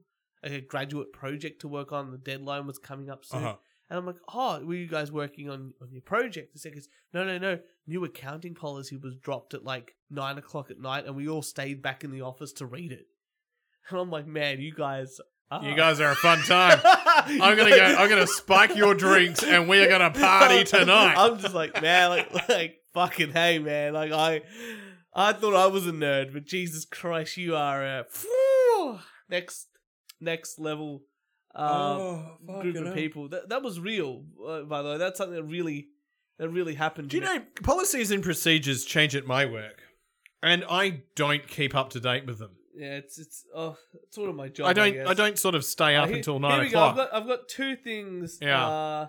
like a graduate project to work on. The deadline was coming up soon." uh-huh. And I'm like, oh, were you guys working on, on your project? They said, "'Cause- no, no, no. New accounting policy was dropped at like nine o'clock at night, and we all stayed back in the office to read it. *laughs* And I'm like, man, you guys, are. You guys are a fun *laughs* time. I'm gonna go. I'm gonna spike your drinks, and we are gonna party tonight. *laughs* I'm just like, man, like, like fucking hey, man. Like I, I thought I was a nerd, but Jesus Christ, you are a phew, next next level uh, Oh, group of people. That that was real, uh, by the way. That's something that really that really happened. Do you to me. know policies and procedures change at my work, and I don't keep up to date with them. Yeah, it's it's oh, it's sort of my job. I don't. guess. I, don't sort of stay Uh, up here- until here nine we go. o'clock. I've got, I've got two things. Yeah. Uh,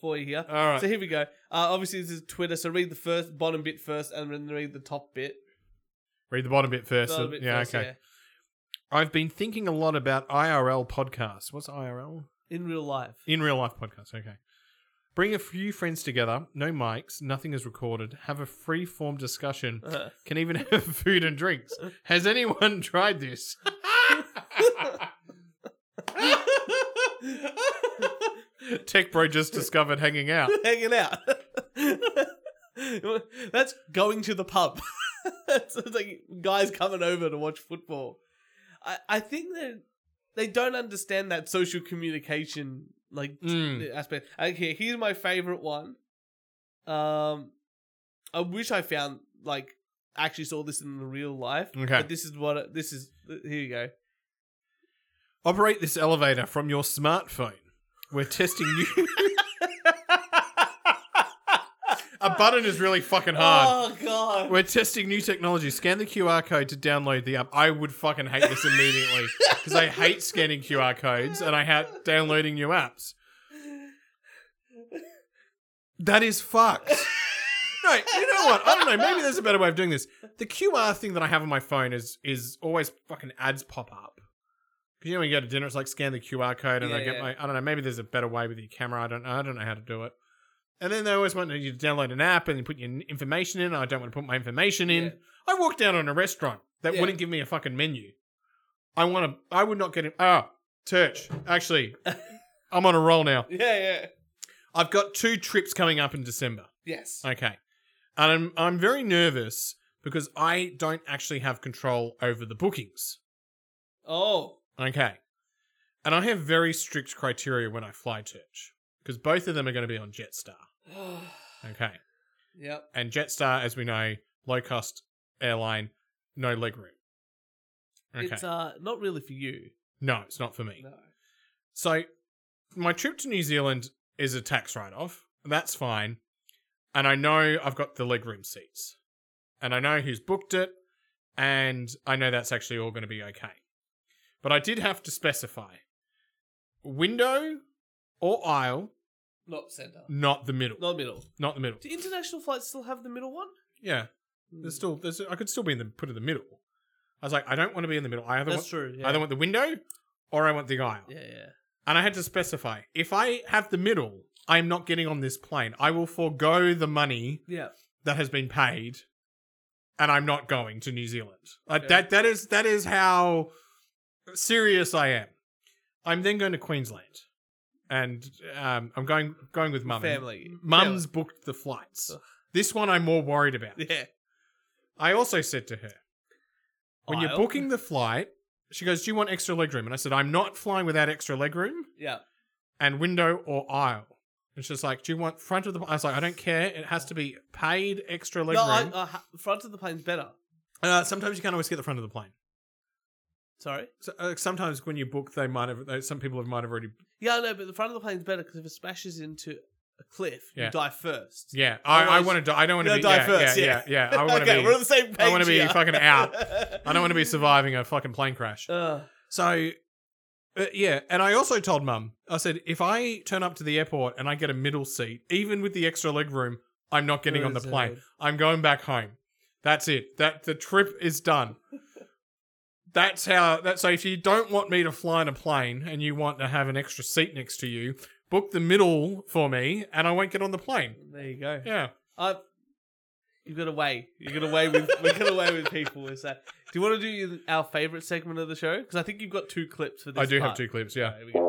for you here. All right. So here we go. Uh, obviously, this is Twitter, so read the first bottom bit first, and then read the top bit. Read the bottom bit first. Bottom bit yeah. first, okay. I've been thinking a lot about IRL podcasts. What's IRL? in real life. In real life podcasts, okay. Bring a few friends together, no mics, nothing is recorded, have a free form discussion, Uh-huh. can even *laughs* have food and drinks. Has anyone *laughs* tried this? Uh-huh. *laughs* *laughs* Tech Bro just discovered hanging out. Hanging out. *laughs* That's going to the pub. *laughs* it's like guys coming over to watch football. I, I think that they don't understand that social communication like t- Mm. aspect. Okay, here's my favorite one. Um, I wish I found like actually saw this in the real life. Okay. But this is what it- this is. Here you go. Operate this elevator from your smartphone. We're testing you. *laughs* A button is really fucking *laughs* hard. Oh god. *laughs* We're testing new technology. Scan the QR code to download the app. I would fucking hate this immediately because I hate scanning QR codes and I hate downloading new apps. That is fucked. No, you know what? I don't know. Maybe there's a better way of doing this. The QR thing that I have on my phone is is always fucking ads pop up. Because you know when you go to dinner, it's like scan the QR code and Yeah, I get yeah. my. I don't know. Maybe there's a better way with your camera. I don't know. I don't know how to do it. And then they always want you to download an app and you put your n- information in. I don't want to put my information in. Yeah. I walked down on a restaurant that Yeah. wouldn't give me a fucking menu. I want to. I would not get it. Ah, Turch. *laughs* Actually, I'm on a roll now. Yeah, yeah. I've got two trips coming up in December. Yes. Okay. And I'm I'm very nervous because I don't actually have control over the bookings. Oh. Okay. And I have very strict criteria when I fly Turch because both of them are going to be on Jetstar. Okay. *sighs* yep. And Jetstar, as we know, low cost airline, no leg room. Okay. It's uh not really for you. no, it's not for me. No. So my trip to New Zealand is a tax write off. That's fine. And I know I've got the legroom seats. And I know who's booked it. And I know that's actually all going to be okay. But I did have to specify window or aisle, Not center. not the middle. Not middle. Not the middle. Do international flights still have the middle one? Hmm. Yeah. There's still there's I could still be in the put in the middle. I was like, I don't want to be in the middle. I either That's want, true, I yeah. either want the window or I want the aisle. Yeah, yeah. And I had to specify if I have the middle, I am not getting on this plane. I will forego the money Yeah. that has been paid, and I'm not going to New Zealand. Like Okay. that. That is that is how serious I am. I'm then going to Queensland, and um, I'm going going with mum. Family. Mum's booked the flights. This one I'm more worried about. *laughs* Yeah. I also said to her, when you're Aisle. booking the flight, she goes, "Do you want extra legroom?" And I said, "I'm not flying without extra legroom." Yeah. and window or aisle. And she's like, "Do you want front of the?" I was like, "I don't care. It has to be paid extra No, legroom." I, uh, ha- front of the plane's better. uh, sometimes you can't always get the front of the plane. Sorry. So, uh, sometimes when you book, they might have. They, some people have might have already. Yeah, I know, but the front of the plane's better because if it smashes into a cliff, Yeah. you die first. Yeah, I, I Otherwise- want to. I don't want to You'll be. die yeah, first. Yeah, Yeah, yeah, *laughs* yeah. I want to okay, be. we're on the same page. I want to be here. fucking out. *laughs* I don't want to be surviving a fucking plane crash. Uh, So, uh, yeah, and I also told Mum. I said, if I turn up to the airport and I get a middle seat, even with the extra leg room, I'm not getting on the plane. Reserved. I'm going back home. That's it. That the trip is *laughs* done. That's how. That so if you don't want me to fly in a plane and you want to have an extra seat next to you, book the middle for me, and I won't get on the plane. there you go. Yeah. I've, you got away. You got away with. we got away with people. Is that? Do you want to do our favorite segment of the show? Because I think you've got two clips for this. I do have part. two clips. Yeah. There we go.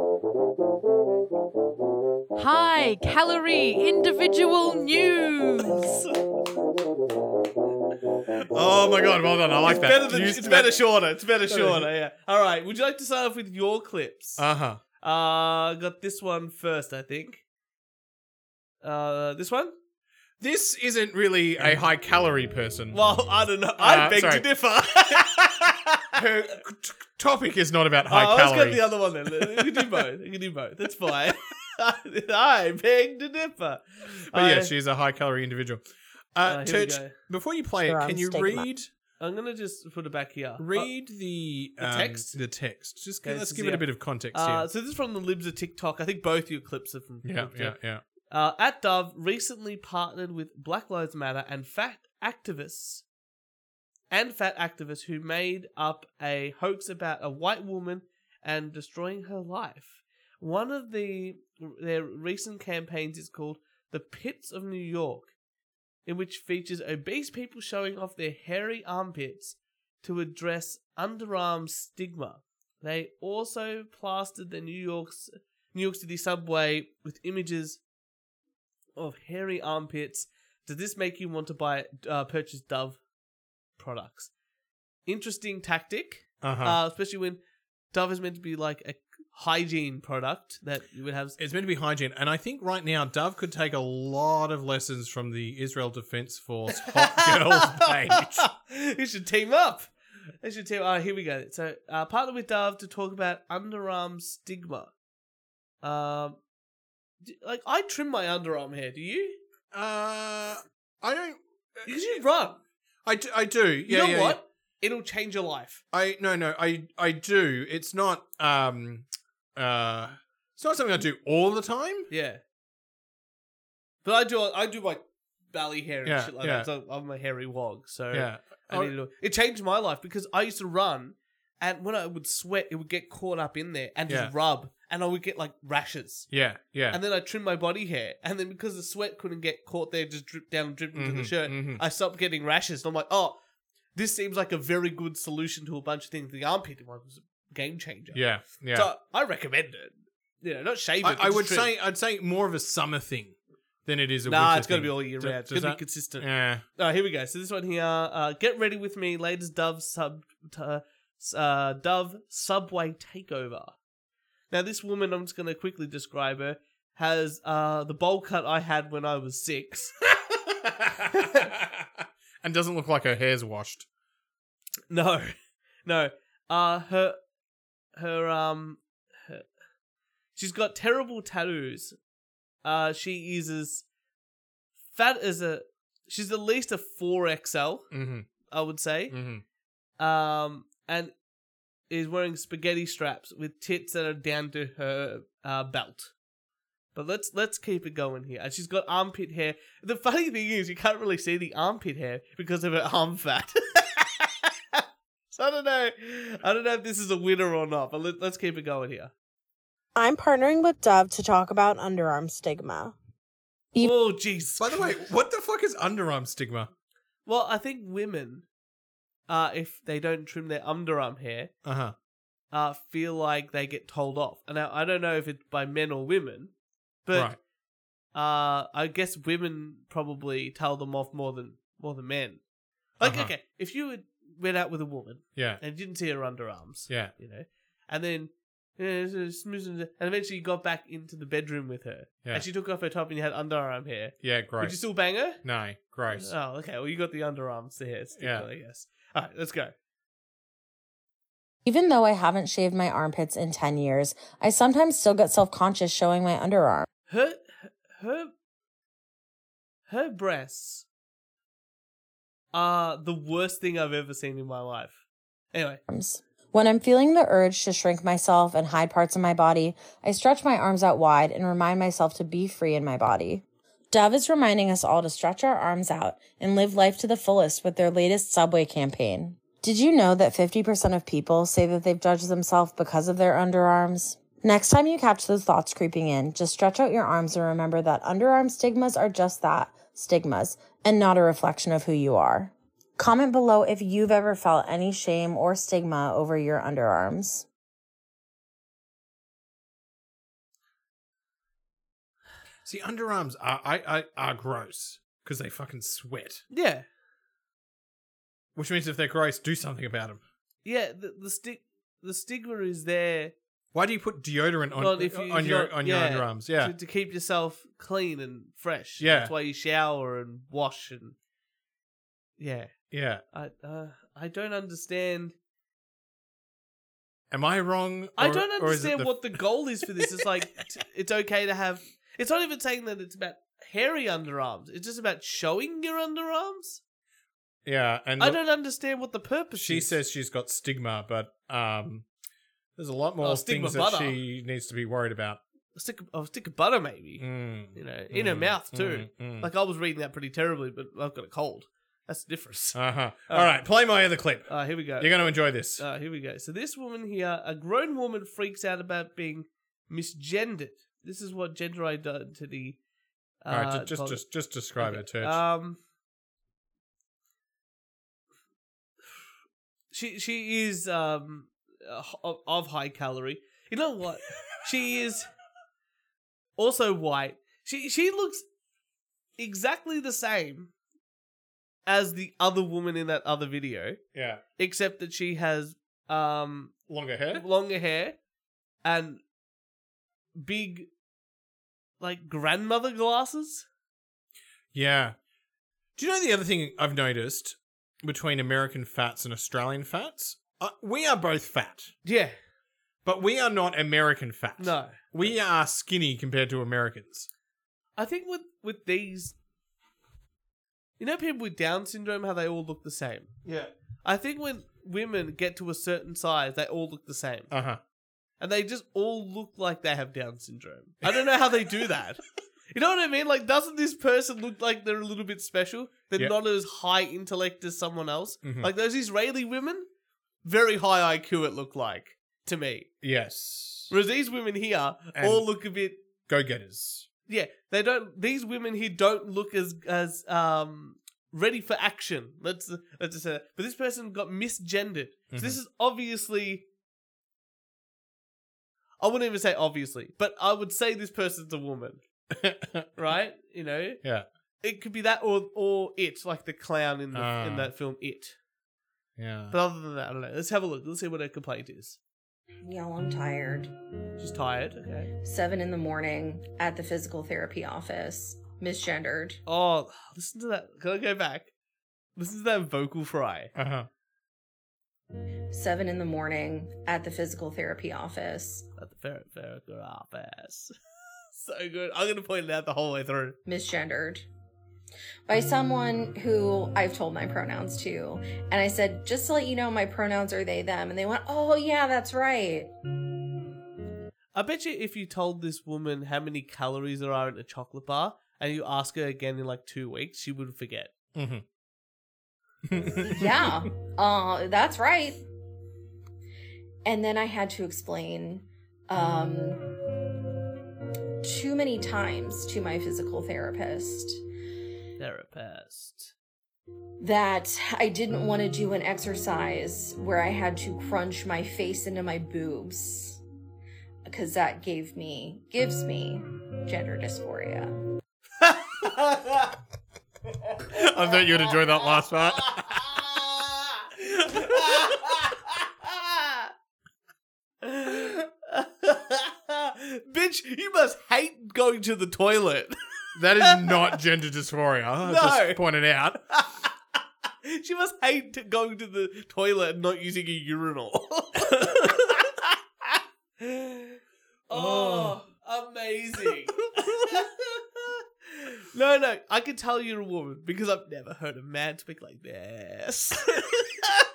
High calorie individual news. Oh my god! Well done. I like that. Better than, it's better shorter. *laughs* It's better shorter. Yeah. All right. Would you like to start off with your clips? Uh huh. Uh, got this one first, I think. Uh, this one? This isn't really a high calorie person. Well, I don't know. Uh, I beg sorry. to differ. *laughs* her t- topic is not about Oh, high let's go to calorie. the other one then. You can do both. You can do both. That's fine. *laughs* I beg to differ. but I- yeah, she's a high calorie individual. Uh, Uh, here we Turch, go. before you play it, Wrong can you stigma. read I'm gonna just put it back here. read the, the um, text? The text. Just Okay, let's this give is it a the- bit of context Uh, so this is from the Libs of TikTok. I think both your clips are from. here. Yeah, from yeah, TikTok. yeah. Uh, at Dove recently partnered with Black Lives Matter and fat activists and fat activists who made up a hoax about a white woman and destroying her life. One of the their recent campaigns is called "The Pits of New York," in which features obese people showing off their hairy armpits to address underarm stigma. They also plastered the New York's New York City subway with images of hairy armpits. Does this make you want to buy uh, purchase Dove products? Interesting tactic, Uh-huh. uh, especially when Dove is meant to be like a hygiene product that you would have. *laughs* It's meant to be hygiene, and I think right now Dove could take a lot of lessons from the Israel Defense *laughs* Force Hot Girls page. you should team up. You should team. Oh, here we go. So, uh, partner with Dove to talk about underarm stigma. Um, d- like I trim my underarm hair. Do you? Uh, I don't. Because you run. I do. I do. You Yeah, know yeah, what? Itll change your life. yeah. I no no. I I do. It's not um uh. It's not something I do all the time. Yeah. But I do. I do my belly hair and Yeah, shit like yeah. that. So I'm a hairy wog. So Yeah. I needed to- it changed my life because I used to run, and when I would sweat, it would get caught up in there and Yeah. just rub, and I would get like rashes. Yeah. Yeah. And then I trimmed my body hair, and then because the sweat couldn't get caught there, just drip down, drip into the Mhm, shirt. mhm. I stopped getting rashes, and I'm like, oh, this seems like a very good solution to a bunch of things. The armpit one was a game changer. Yeah. Yeah. So I recommend it. You know, not shaving. I, I would say I'd say more of a summer thing than it is a Nah, winter it's got to be thing. all year Does- round. It's does got to be that- consistent. Yeah. *laughs* All *laughs* right, here we go. So this one here, uh, get ready with me, latest Dove sub t- uh, s- uh, Dove Subway takeover. Now this woman, I'm just going to quickly describe her, has uh, the bowl cut I had when I was six. *laughs* and doesn't look like her hair's washed. no, no, uh, her, her um, her, she's got terrible tattoos. Uh, she is as fat as a. She's at least a four XL, Mm-hmm. I would say. Mm-hmm. um, and is wearing spaghetti straps with tits that are down to her uh, belt. But let's let's keep it going here. And she's got armpit hair. The funny thing is, you can't really see the armpit hair because of her arm fat. *laughs* so I don't know. I don't know if this is a winner or not. But let, let's keep it going here. I'm partnering with Dove to talk about underarm stigma. Ev- Oh, jeez. By the way, what the fuck is underarm stigma? well, I think women, uh, if they don't trim their underarm hair, Uh huh. uh, feel like they get told off. And now I don't know if it's by men or women, but uh, I guess women probably tell them off more than more than men. Like, Uh-huh. okay, if you had went out with a woman Yeah. and didn't see her underarms, Yeah. you know, and then you know, sort of smoozing it- and eventually you got back into the bedroom with her, Yeah. and she took off her top and you had underarm hair, Yeah. would Gross. you still bang her? no. Gross. Oh, okay. Well, you got the underarms there, yeah. Yeah. I guess. All right, let's go. Even though I haven't shaved my armpits in 10 years, I sometimes still get self conscious showing my underarm. her her her breasts are the worst thing I've ever seen in my life. Anyway, arms. When I'm feeling the urge to shrink myself and hide parts of my body, I stretch my arms out wide and remind myself to be free in my body. Dove is reminding us all to stretch our arms out and live life to the fullest with their latest subway campaign. Did you know that 50% of people say that they've judged themselves because of their underarms? Next time you catch those thoughts creeping in, just stretch out your arms and remember that underarm stigmas are just that stigmas and not a reflection of who you are. Comment below if you've ever felt any shame or stigma over your underarms. See, underarms are I, I are gross because they fucking sweat, yeah, which means if they're gross, do something about them. yeah. The, the stick the stigma is there Why do you put deodorant on Well, if you- on if your you're- on your yeah. underarms? Yeah. to, to keep yourself clean and fresh. Yeah. that's why you shower and wash and yeah. Yeah. I uh, I don't understand. Am I wrong? I or- don't or is it understand what the goal is for this. *laughs* It's like t- it's okay to have. It's not even saying that it's about hairy underarms. It's just about showing your underarms. Yeah, and I look- don't understand what the purpose. she is. says she's got stigma, but um, there's a lot more Oh, stigma things that butter. she needs to be worried about. a stick, of- a stick of butter, maybe. Mm, Mm-hmm. You know, in her mouth, too. Like I was reading that pretty terribly, but I've got a cold. That's the difference. uh huh. All right, play my other clip. Uh, here we go. You're going to enjoy this. Uh, here we go. So this woman here, a grown woman, freaks out about being misgendered. This is what gender identity. Uh, All right, ju- just bother- just just describe Okay, it, Church. Um, she she is um uh, h- of, of high calorie. You *laughs* know what? she is also white. She she looks exactly the same as the other woman in that other video, yeah, except that she has um longer hair. longer hair and big, like grandmother glasses. Yeah. Do you know the other thing I've noticed between American fats and Australian fats? Uh, we are both fat, Yeah, but we are not American fat. no, We are skinny compared to Americans. I think with with these, you know, people with Down syndrome, how they all look the same. Yeah. I think when women get to a certain size, they all look the same, Uh huh. and they just all look like they have Down syndrome. I don't know how they do that. You know what I mean? Like, doesn't this person look like they're a little bit special? They're Yeah. not as high intellect as someone else. Mhm. Like those Israeli women, very high IQ. It looked like to me. Yes. Whereas these women here And- all look a bit Go getters. yeah, they don't. These women here don't look as as um ready for action. Let's let's just say that. But this person got misgendered. So Mm-hmm. this is obviously. I wouldn't even say obviously, but I would say this person's a *laughs* woman, right? You know, Yeah. it could be that or or it, like the clown in the in Ah. that film, it. Yeah. But other than that, I don't know. Let's have a look. Let's see what her complaint is. Y'all, I'm tired. She's tired. Okay. Seven in the morning at the physical therapy office. Misgendered. Oh, listen to that. Can I go back? Listen to that vocal fry. Uh huh. Seven in the morning at the physical therapy office. at the ferret ferret office. *laughs* so good. I'm gonna point it out the whole way through. Misgendered. By someone who I've told my pronouns to. And I said, just to let you know, my pronouns are they, them. And they went, oh, yeah, that's right. I bet you if you told this woman how many calories there are in a chocolate bar and you ask her again in like two weeks, she would forget. Mm-hmm. yeah, uh, that's right. And then I had to explain um, too many times to my physical therapist *laughs* Therapist. that I didn't want to do an exercise where I had to crunch my face into my boobs because that gave me gives me gender dysphoria. I thought you'd enjoy that last part. *laughs* Bitch, you must hate going to the toilet. *laughs* That is not gender dysphoria. I'll No. Just pointed out. *laughs* she must hate t- going to the toilet and not using *laughs* a urinal. *laughs* oh, amazing. *laughs* no, no, I can tell you're a woman because I've never heard a man speak like this. *laughs*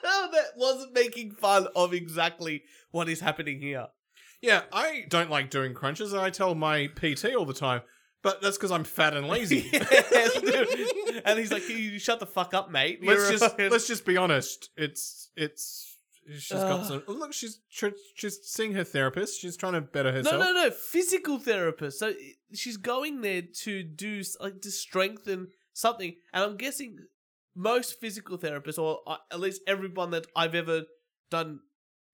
that wasn't making fun of exactly what is happening here. *laughs* Yeah, I don't like doing crunches, and I tell my PT all the time, but that's because I'm fat and lazy. *laughs* *laughs* Yes, dude. And he's like, you shut the fuck up, mate. let's You're a just *laughs* fucking- let's just be honest. It's it's she's Ugh. got some. oh, Look, she's tr- she's seeing her therapist. She's trying to better herself. No, no, no. Physical therapist. So i- she's going there to do s- like to strengthen something, and I'm guessing most physical therapists, or uh, at least everyone that I've ever done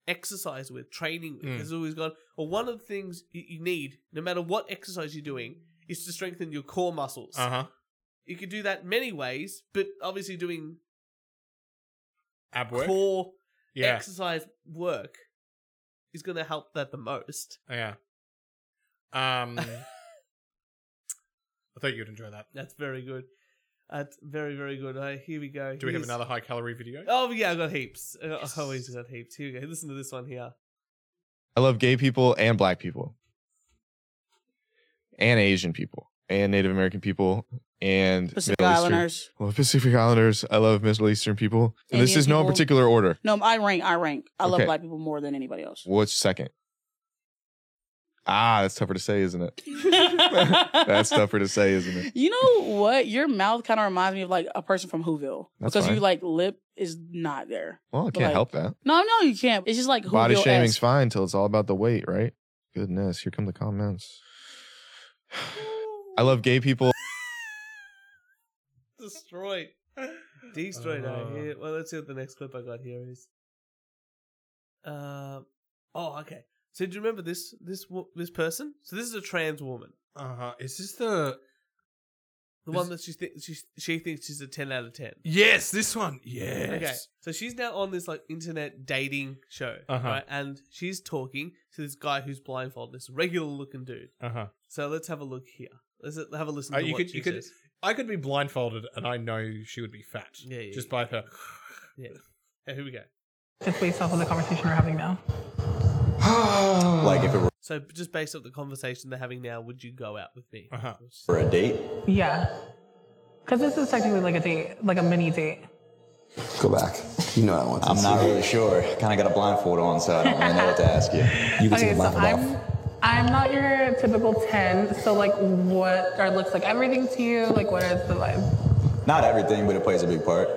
exercise with, training with, Mm. has always gone. Well, one of the things y- you need, no matter what exercise you're doing, is to strengthen your core muscles. Uh huh. You could do that many ways, but obviously doing Ab work. core yeah. exercise work is going to help that the most. yeah. *laughs* Um. I thought you'd enjoy that. That's very good. That's very, very good. Uh, here we go. Do we have Here's- another high calorie video? Oh, yeah, I got heaps. Uh, I always Yes. got heaps. Here we go. Listen to this one *laughs* here. I love gay people and black people and Asian people and Native American people and Pacific Middle Eastern- Islanders. Well, Pacific Islanders. I love Middle Eastern people. And this Indian is no people. particular order. No, I rank. I rank. I love Okay. black people more than anybody else. What's second? Ah, that's tougher to say, isn't it? That's *laughs* *laughs* *laughs* That's tougher to say, isn't it? You know what? Your mouth kind of reminds me of like a person from Whoville That's because fine. you like lip is not there. Well, I But can't like, help that. No, no, you can't. It's just like Whoville. Body shaming's fine until it's all about the weight, right? Goodness, here come the comments. *sighs* I love gay people. Destroyed. Destroyed. Uh. Uh, here. Well, let's see what the next clip I got here is. Um. oh, okay. So do you remember this Uh-huh. this wo- this person? So this is a trans woman. Uh huh. Is this the The one that she thinks she, she thinks she's a ten out of ten. Yes, this one. Yes. Okay. So she's now on this like internet dating show, Uh-huh. right? And she's talking to this guy who's blindfolded, this regular looking dude. Uh huh. So let's have a look here. Let's have a listen. Uh, to you what could, she you could, says. I could be blindfolded, and I know she would be fat. Yeah, yeah, just yeah. by her. Yeah. Hey, here we go. Just based off of the conversation we're having now. like if it were So just based on the conversation they're having now, would you go out with me? Uh-huh. for a date, Yeah. Because this is technically like a date, like a mini date. go back. You know I want. I'm not really sure. Kind of got a blindfold on, so I don't really know what to ask you. You can take the so blindfold off. I'm, I'm not your typical 10, so like what are looks like everything to you? Like what is the vibe? Not everything, but it plays a big part.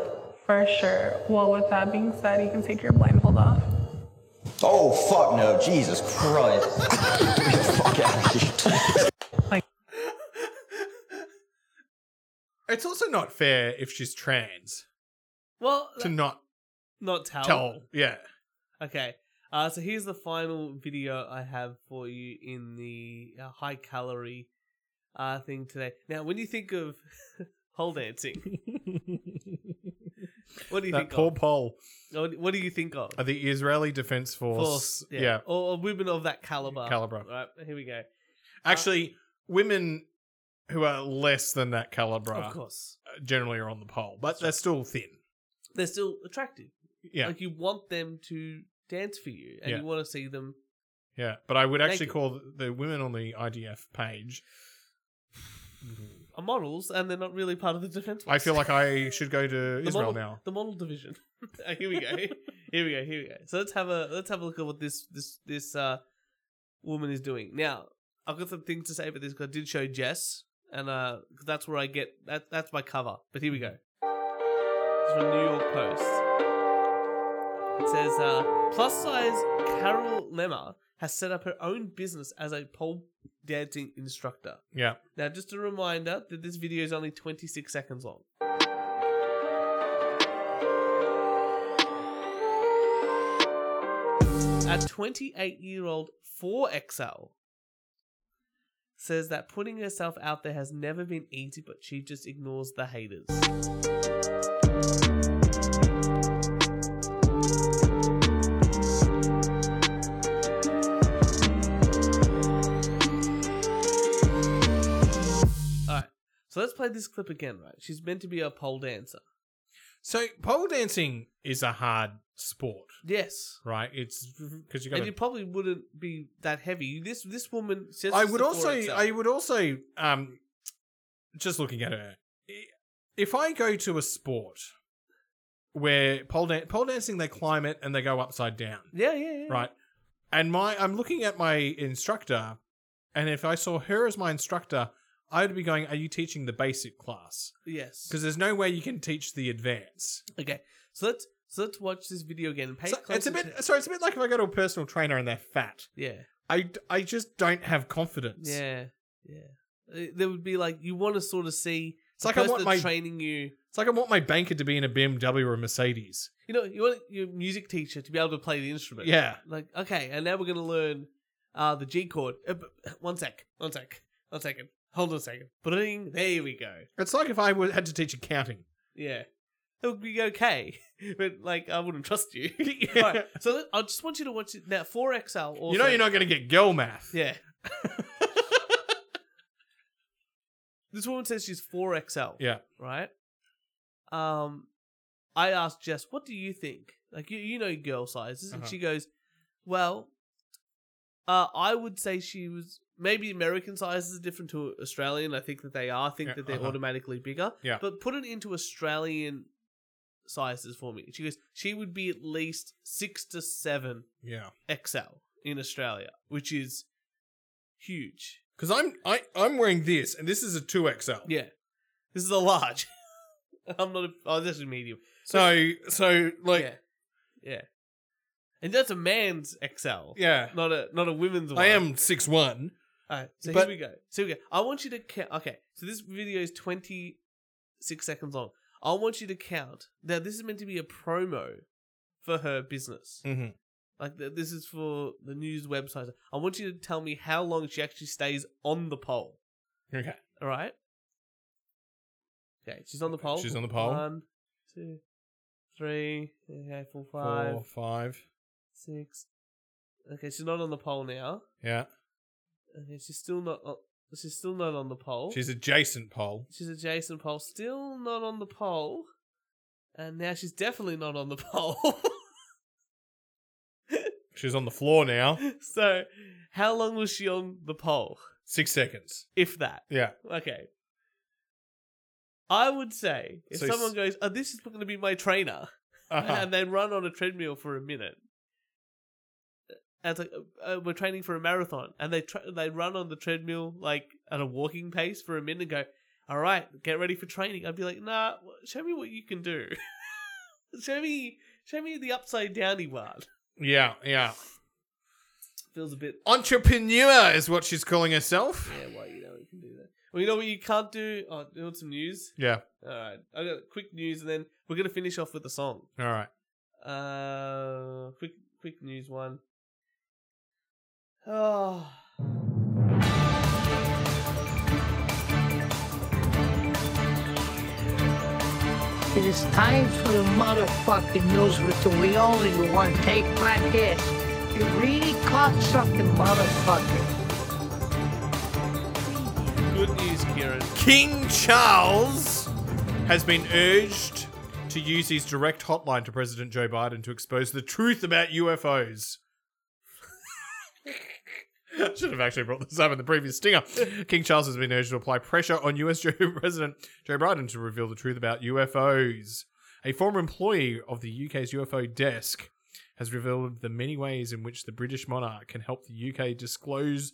For sure. Well, with that being said, you can take your blindfold off. Oh fuck no, Jesus Christ! Get the fuck out of here. It's also not fair if she's trans Well, uh, to not not tell. tell. Yeah. Okay. Uh, so here's the final video I have for you in the uh, high calorie uh, thing today. Now, when you think of *laughs* pole dancing, what do you That think poor of? pole. What what do you think of? Uh, The Israeli Defense Force. Force, Uh, Or, or women of that caliber. Caliber. Right, here we go. Actually, women who are less than that caliber, Of course. uh, generally are on the pole, but they're still thin. They're still attractive. Yeah. Like you want them to dance for you and Yeah. you want to see them. Yeah, but I would actually Naked. call the- the women on the IDF *sighs* page. Are models and they're not really part of the defense. I force. feel like I should go to the Israel model, now. The model division. *laughs* Uh, here we go. here we go. Here we go. So let's have a let's have a look at what this this this uh, woman is doing. Now I've got some things to say about this because I did show Jess, and uh, 'cause that's where I get that that's my cover. But here we go. It's from New York Post. It says uh, plus size Carol Lemmer has set up her own business as a pole dancing instructor. Yeah. Now, just a reminder that this video is only 26 seconds long. A 28 year old 4XL says that putting herself out there has never been easy, but she just ignores the haters. Alright, so let's play this clip again, right? She's meant to be a pole dancer. So pole dancing is a hard sport, Yes. right? It's because you got. And you probably wouldn't be that heavy. This this woman says I she's would the also, 4XL. I would also, um, just looking at her, if I go to a sport where pole dan- pole dancing, they climb it and they go upside down, Yeah, yeah, yeah. right? And my, I'm looking at my instructor, and if I saw her as my instructor, I'd be going, "Are you teaching the basic class? Yes. Because there's no way you can teach the advance." Okay, so let's so let's watch this video again. and Pay So it's a attention- bit, so it's a bit like if I go to a personal trainer and they're fat. Yeah, I, I just don't have confidence. yeah, yeah. Uh, There would be like you want to sort of see. It's the like I person want my- training you. It's like I want my banker to be in a BMW or a Mercedes. You know, you want your music teacher to be able to play the instrument. Yeah. Like okay, and now we're gonna learn uh the G chord. Uh, b- one sec, one sec, one second. Hold on a second. Bring. There we go. It's like if I wa- had to teach accounting. Yeah. It would be okay, *laughs* but like I wouldn't trust you. *laughs* Alright, so let- I just want you to watch it now. Four XL. Also, You know, you're not going to get girl math. Yeah. *laughs* this woman says she's 4XL. Yeah. Right? Um I asked Jess, what do you think? Like you you know girl sizes. And Uh-huh. she goes, Well, uh I would say she was maybe American sizes are different to Australian. I think that they are. I think Yeah, that they're uh-huh. automatically bigger. Yeah. But put it into Australian sizes for me. She goes, she would be at least six to seven Yeah. XL in Australia, which is huge. Because I'm I I'm wearing this, and this is a two XL. Yeah, this is a large. *laughs* I'm not. A, oh, this is medium. So so like yeah, yeah, and that's a man's XL. Yeah. not a not a women's. one. I am six one. All right, so But- here we go. So here we go. I want you to count. Okay, so this video is 26 seconds long. I want you to count. Now, this is meant to be a promo for her business. Mhm. Like, th- this is for the news website. I want you to tell me how long she actually stays on the pole. Okay. All right? Okay, she's on the pole. She's on the pole. One, two, three, okay, four, five, Four, five. six. Okay, she's not on the pole now. Yeah. Okay, she's still not. On, she's still not on the pole. She's adjacent pole. She's adjacent pole, still not on the pole, and now she's definitely not on the *laughs* pole. She's on the floor *laughs* now. so, how long was she on the pole? Six seconds. if that. Yeah. Okay. I would say if So s- someone goes, "Oh, this is going to be my trainer," Uh-huh. and then run on a treadmill for a minute, and it's like uh, uh, we're training for a marathon, and they tra- they run on the treadmill like at a walking pace for a minute and go, "All right, get ready for training." I'd be like, "Nah, w- show me what you can do. *laughs* show me, show me the upside downy one." *laughs* Yeah, yeah. Feels a bit. Entrepreneur is what she's calling herself. Yeah, well, you know, you can do that. Well, you know what you can't do? Oh, you want some news? Yeah. All right. I got quick news, and then we're gonna finish off with the song. All right. Uh, quick, quick news one. Oh. It is time for the motherfucking news with the we only one take podcast. You really caught something, motherfucker. Good news, Kieran. King Charles has been urged to use his direct hotline to President Joe Biden to expose the truth about UFOs. *laughs* Should have actually brought this up in the previous stinger. King Charles has been urged to apply pressure on US *laughs* Joe President Joe Biden to reveal the truth about UFOs. A former employee of the UK's UFO desk has revealed the many ways in which the British monarch can help the UK disclose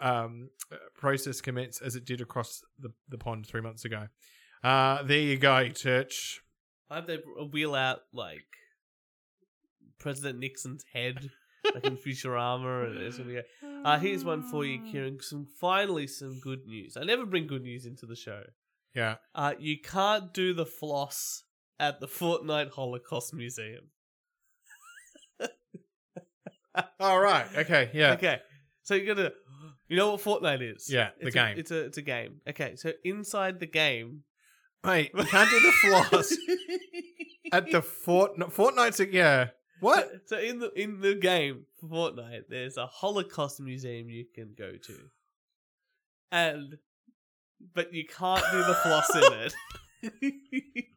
um, uh, process commence as it did across the, the pond three months ago. Uh, there you go, church. I hope they wheel out like President Nixon's head, *laughs* like in Futurama, and it's gonna go. Uh, here's one for you, Ah. Kieran. Some finally some good news. I never bring good news into the show. Yeah. Uh, you can't do the floss at the Fortnite Holocaust Museum. *laughs* All right. Okay. *laughs* Yeah. Okay. So you gotta, you know what Fortnite is? Yeah, the It's a- game. it's a it's a game. Okay. So inside the game, *laughs* Mate, you can't do the floss at the Fortnite. Fortnite's a, yeah. What? So, so in the in the game for Fortnite, there's a Holocaust museum you can go to, and but you can't do the floss in it. *laughs*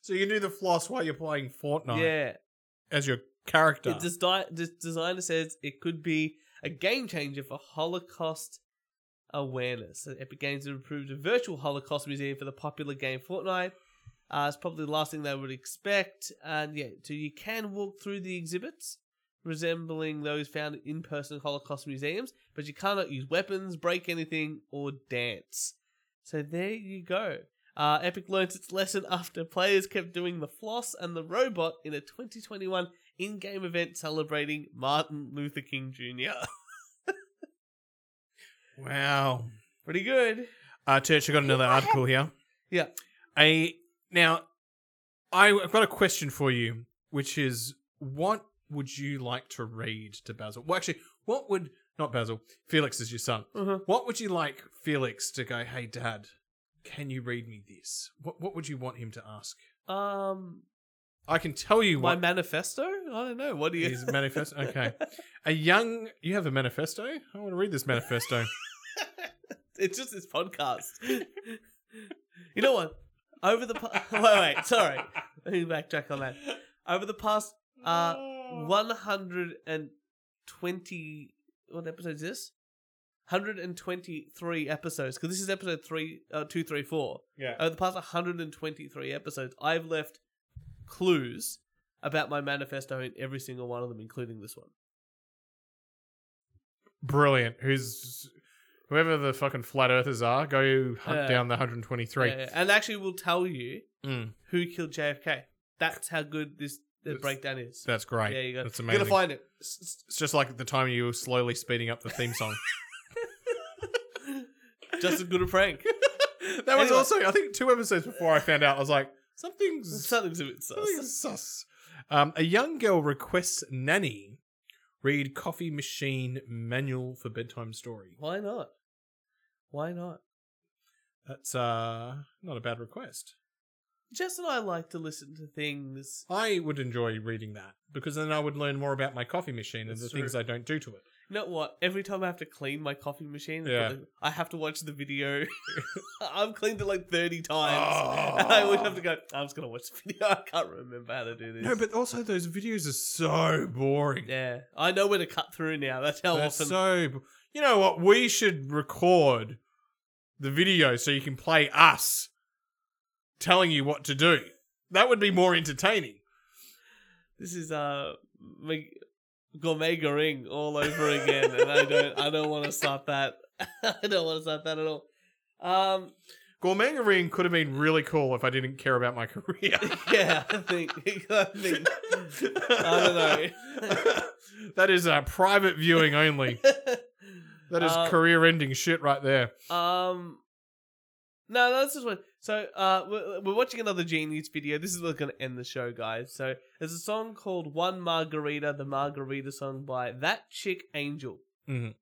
So you can do the floss while you're playing Fortnite. *laughs* Yeah. As your character. It desi- the designer says it could be a game changer for Holocaust awareness. So Epic Games have approved a virtual Holocaust museum for the popular game Fortnite. Uh, it's probably the last thing they would expect. And yeah, so you can walk through the exhibits resembling those found in person Holocaust museums, but you cannot use weapons, break anything, or dance. So there you go. Uh, Epic learnt its lesson after players kept doing the floss and the robot in a 2021 in game event celebrating Martin Luther King Jr. Wow. *laughs* Pretty good. Uh, Church, I got another article here. Yeah. A now, I, I've got a question for you, which is, what would you like to read to Basil? Well, actually, what would not Basil? Felix is your son. What would you like Felix to go? Hey, Dad, can you read me this? What What would you want him to ask? um, I can tell you my what manifesto? I don't know. What do you. his *laughs* manifesto. Okay, a young. You have a manifesto. I want to read this *laughs* manifesto. It's just this podcast. *laughs* you know what? Over the pa- *laughs* wait, wait, sorry. Let me backtrack on that. Over the past uh, one hundred and twenty. What episode is this? Hundred and twenty-three episodes. Because this is episode three, uh, two, three, four. Yeah. *laughs* Over the past one hundred and twenty-three episodes, I've left clues about my manifesto in every single one of them, including this one. Brilliant. Who's whoever the fucking flat earthers are? Go hunt Yeah. down the 123. Yeah, yeah. And actually, we'll tell you Mm. who killed JFK. That's how good this the breakdown is. That's great. Yeah, you go. That's You're amazing. gonna find it. *laughs* It's just like the time you were slowly speeding up the theme song. Just as good a *laughs* prank. *laughs* that was Anyway. also, I think, two episodes before I found out. I was like, something's something's a bit sus. something's sus. Oh, Um, a young girl requests nanny read coffee machine manual for bedtime story. Why not? Why not? That's uh not a bad request. Jess and I like to listen to things. I would enjoy reading that because then I would learn more about my coffee machine and That's the things true. I don't do to it. You know what? Every time I have to clean my coffee machine, Yeah. I have to watch *laughs* the video. I've cleaned it like 30 times. *laughs* And I always have to go, I'm just going to watch the video. *laughs* I can't remember how to do this. No, but also those videos are so boring. Yeah, I know where to cut through now. That's how They're often. so bo- you know what? We should record the video so you can play us telling you what to do. That would be more entertaining. This is uh, my gourmet goreng all over again, and I don't, I don't want to start that. *laughs* I don't want to start that at all. Um, Gourmet Ring could have been really cool if I didn't care about my career. yeah, I think, *laughs* I think, I don't know. *laughs* that is uh, private viewing only. That *laughs* is Uh, career ending shit right there. Um, no, no, this is one. So, uh, we're, we're watching another Genius video. This is what's going to end the show, guys. So, there's a song called One Margarita, the Margarita song by That Chick Angel. Mhm.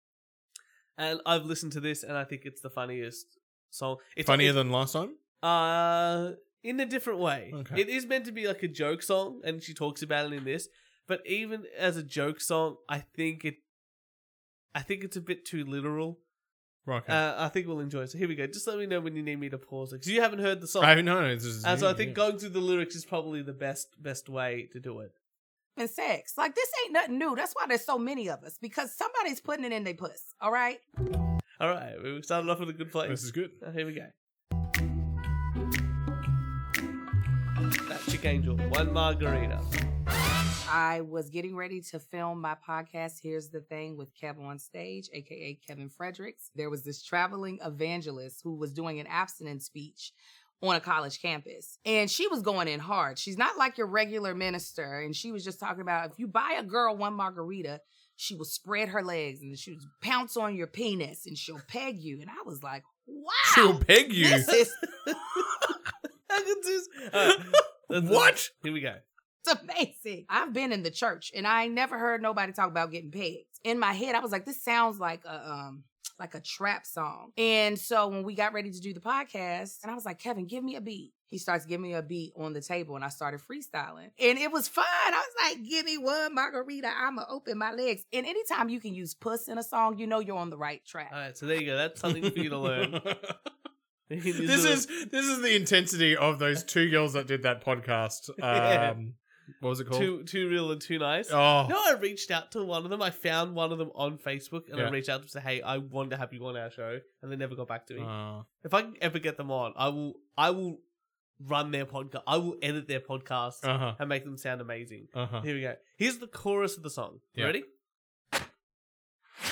And I've listened to this, and I think it's the funniest song. It's Funnier it's- than last time? Uh, in a different way. Okay. It is meant to be like a joke song, and she talks about it in this. But even as a joke song, I think it, I think it's a bit too literal. Right. okay. Uh, I think we'll enjoy it. So here we go. Just let me know when you need me to pause it because you haven't heard the song. I haven't heard it. This is And so I new, think yeah. going through the lyrics is probably the best best way to do it. and sex. Like this ain't nothing new. That's why there's so many of us because somebody's putting it in their puss. All right. All right, we started off with a good place. This is good. here we go. That chick angel, one margarita. *laughs* I was getting ready to film my podcast. Here's the thing with Kev on stage, aka Kevin Fredericks. There was this traveling evangelist who was doing an abstinence speech on a college campus. And she was going in hard. She's not like your regular minister. And she was just talking about if you buy a girl one margarita, she will spread her legs and she will pounce on your penis and she'll peg you. And I was like, wow. She'll peg you. *laughs* This is what? uh, Here we go. It's *laughs* amazing. I've been in the church and I ain't never heard nobody talk about getting pegged. In my head, I was like, this sounds like a um like a trap song. And so when we got ready to do the podcast, and I was like, Kevin, give me a beat. He starts giving me a beat on the table and I started freestyling. And it was fun. I was like, give me one margarita. I'ma open my legs. And anytime you can use puss in a song, you know you're on the right track. All right, so there you go. That's something for you *laughs* to learn. *laughs* This is this is the intensity of those two girls that did that podcast. Um, *laughs* Yeah. What was it called? Too too real and too nice. Oh. No, I reached out to one of them. I found one of them on Facebook and I Yeah. reached out to say, Hey, I want to have you on our show and they never got back to me. Oh. If I can ever get them on, I will I will run their podcast I will edit their podcast Uh-huh. and make them sound amazing. Uh-huh. Here we go. Here's the chorus of the song. You Yeah. Ready?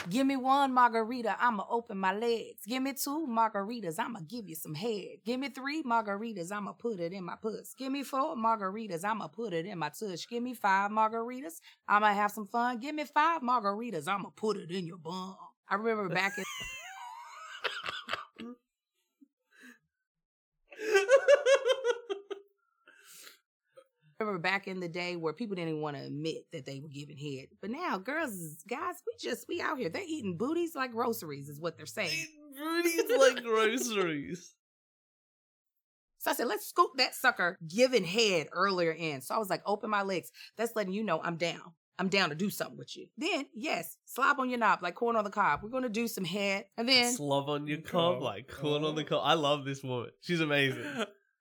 Give me one margarita, I'ma open my legs. Give me two margaritas, I'ma give you some head. Give me three margaritas, I'ma put it in my puss. Give me four margaritas, I'ma put it in my tush. Give me five margaritas, I'ma have some fun. Give me five margaritas, I'ma put it in your bum. I remember back *laughs* in. remember back in the day where people didn't even want to admit that they were giving head. But now, girls, is- guys, we just, we out here. They're eating booties like groceries, is what they're saying. Booties like groceries. So I said, let's scoop that sucker giving head earlier in. So I was like, open my legs. That's letting you know I'm down. I'm down to do something with you. Then, yes, slob on your knob like corn on the cob. We're going to do some head. And then Slob on your cob, like corn on the cob. I love this woman. She's amazing.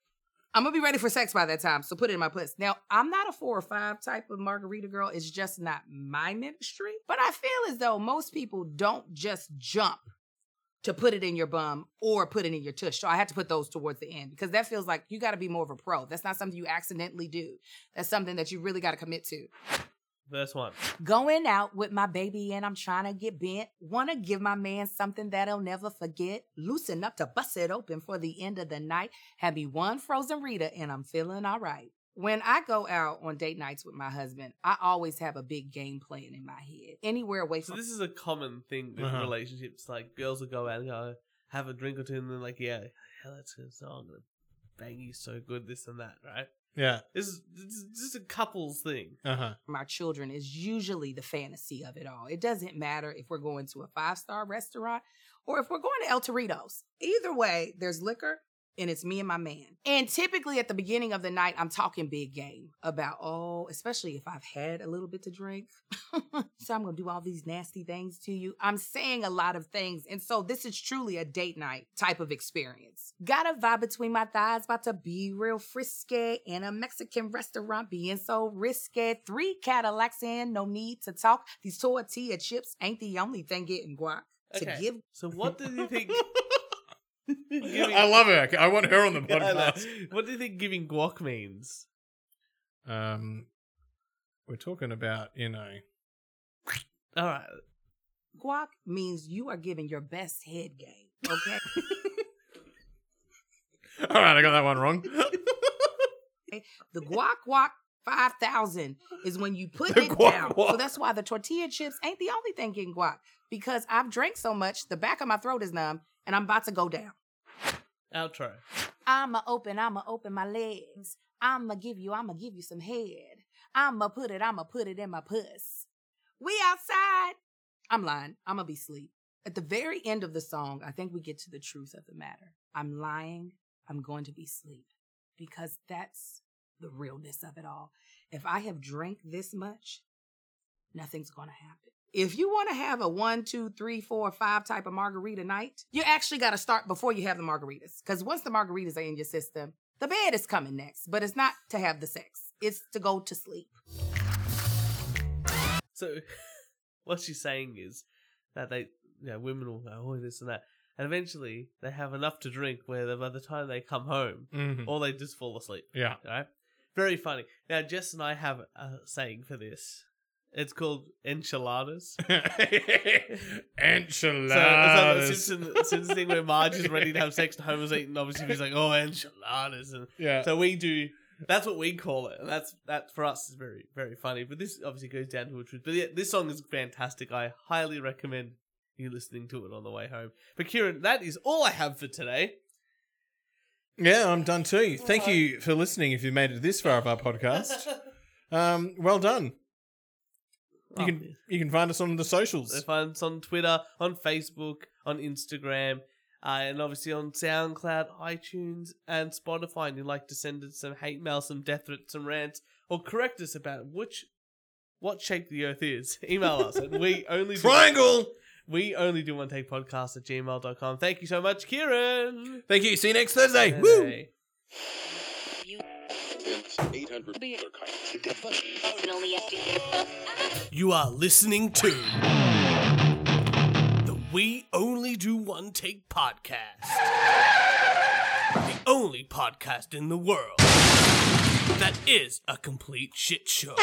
*laughs* I'm going to be ready for sex by that time. So put it in my place. Now, I'm not a four or five type of margarita girl. It's just not my ministry. But I feel as though most people don't just jump to put it in your bum or put it in your tush. So I had to put those towards the end because that feels like you got to be more of a pro. That's not something you accidentally do. That's something that you really got to commit to. Verse one. Going out with my baby and I'm trying to get bent. Want to give my man something that he'll never forget. Loosen up to bust it open for the end of the night. Have me one frozen Rita and I'm feeling all right. When I go out on date nights with my husband, I always have a big game plan in my head. Anywhere away So from this is a common thing with Uh-huh. relationships. Like girls will go out and go have a drink or two, and then like, yeah, hell, that's a good song, and bang you so good, this and that, right? Yeah. This is this is a couples thing. Uh-huh. from our children is usually the fantasy of it all. It doesn't matter if we're going to a five star restaurant or if we're going to El Torito's. Either way, there's liquor and it's me and my man. And typically at the beginning of the night, I'm talking big game about, oh, especially if I've had a little bit to drink. so I'm going to do all these nasty things to you. I'm saying a lot of things. And so this is truly a date night type of experience. Got a vibe between my thighs, about to be real frisky in a Mexican restaurant, being so risky. Three Cadillacs in, no need to talk. These tortilla chips ain't the only thing getting guac. Okay. To give. So what do you think? I love her. I want her on *laughs* the I know. podcast. What do you think giving guac means? Um, we're talking about you know. *laughs* All right. Guac means you are giving your best head game. Okay. All right, I got that one wrong. the guac guac 5000 is when you *laughs* put *laughs* The it guac down. guac. So that's why the tortilla chips ain't the only thing getting guac because I've drank so much, the back of my throat is numb and I'm about to go down. Outro. I'ma open, I'ma open my legs. I'ma give you, I'ma give you some head. I'ma put it, I'ma put it in my puss. We outside. I'm lying. I'ma be asleep. At the very end of the song, I think we get to the truth of the matter. I'm lying. I'm going to be asleep because that's the realness of it all. If I have drank this much, nothing's going to happen. If you want to have a one, two, three, four, five type of margarita night, you actually got to start before you have the margaritas. Because once the margaritas are in your system, the bed is coming next, but it's not to have the sex, it's to go to sleep. So *laughs* what she's saying is that they, you know, women will go, oh, this and that. And eventually they have enough to drink where they- by the time they come home, Mhm. *laughs* or they just fall asleep. Yeah. Right? Very funny. Now, Jess and I have a saying for this. It's called *laughs* enchiladas. So Enchiladas. it's like the Simpson, Simpson thing where Marge is ready to have sex and Homer's eating. Obviously, he's like, "Oh, enchiladas." And Yeah. So we do. That's what we call it, and that's that for us is very very funny. But this obviously goes down to a truth. But yeah, this song is fantastic. I highly recommend you listening to it on the way home. But Kieran, that is all I have for today. yeah, I'm done too. Thank you for listening. If you made it this far of our *laughs* podcast, *laughs* um, well done. You Oh, can you can find us on the socials. They find us on Twitter, on Facebook, on Instagram, uh, and obviously on SoundCloud, iTunes, and Spotify. And you'd like to send us some hate mail, some death threats, some rants, or correct us about which what shape the earth is, *laughs* email us and we only do- Triangle! we only do one take podcast at gmail.com. Thank you so much, Kieran. Thank you. See you next Thursday. Bye. Woo! You are listening to the We Only Do One Take podcast. The only podcast in the world that is a complete shit show.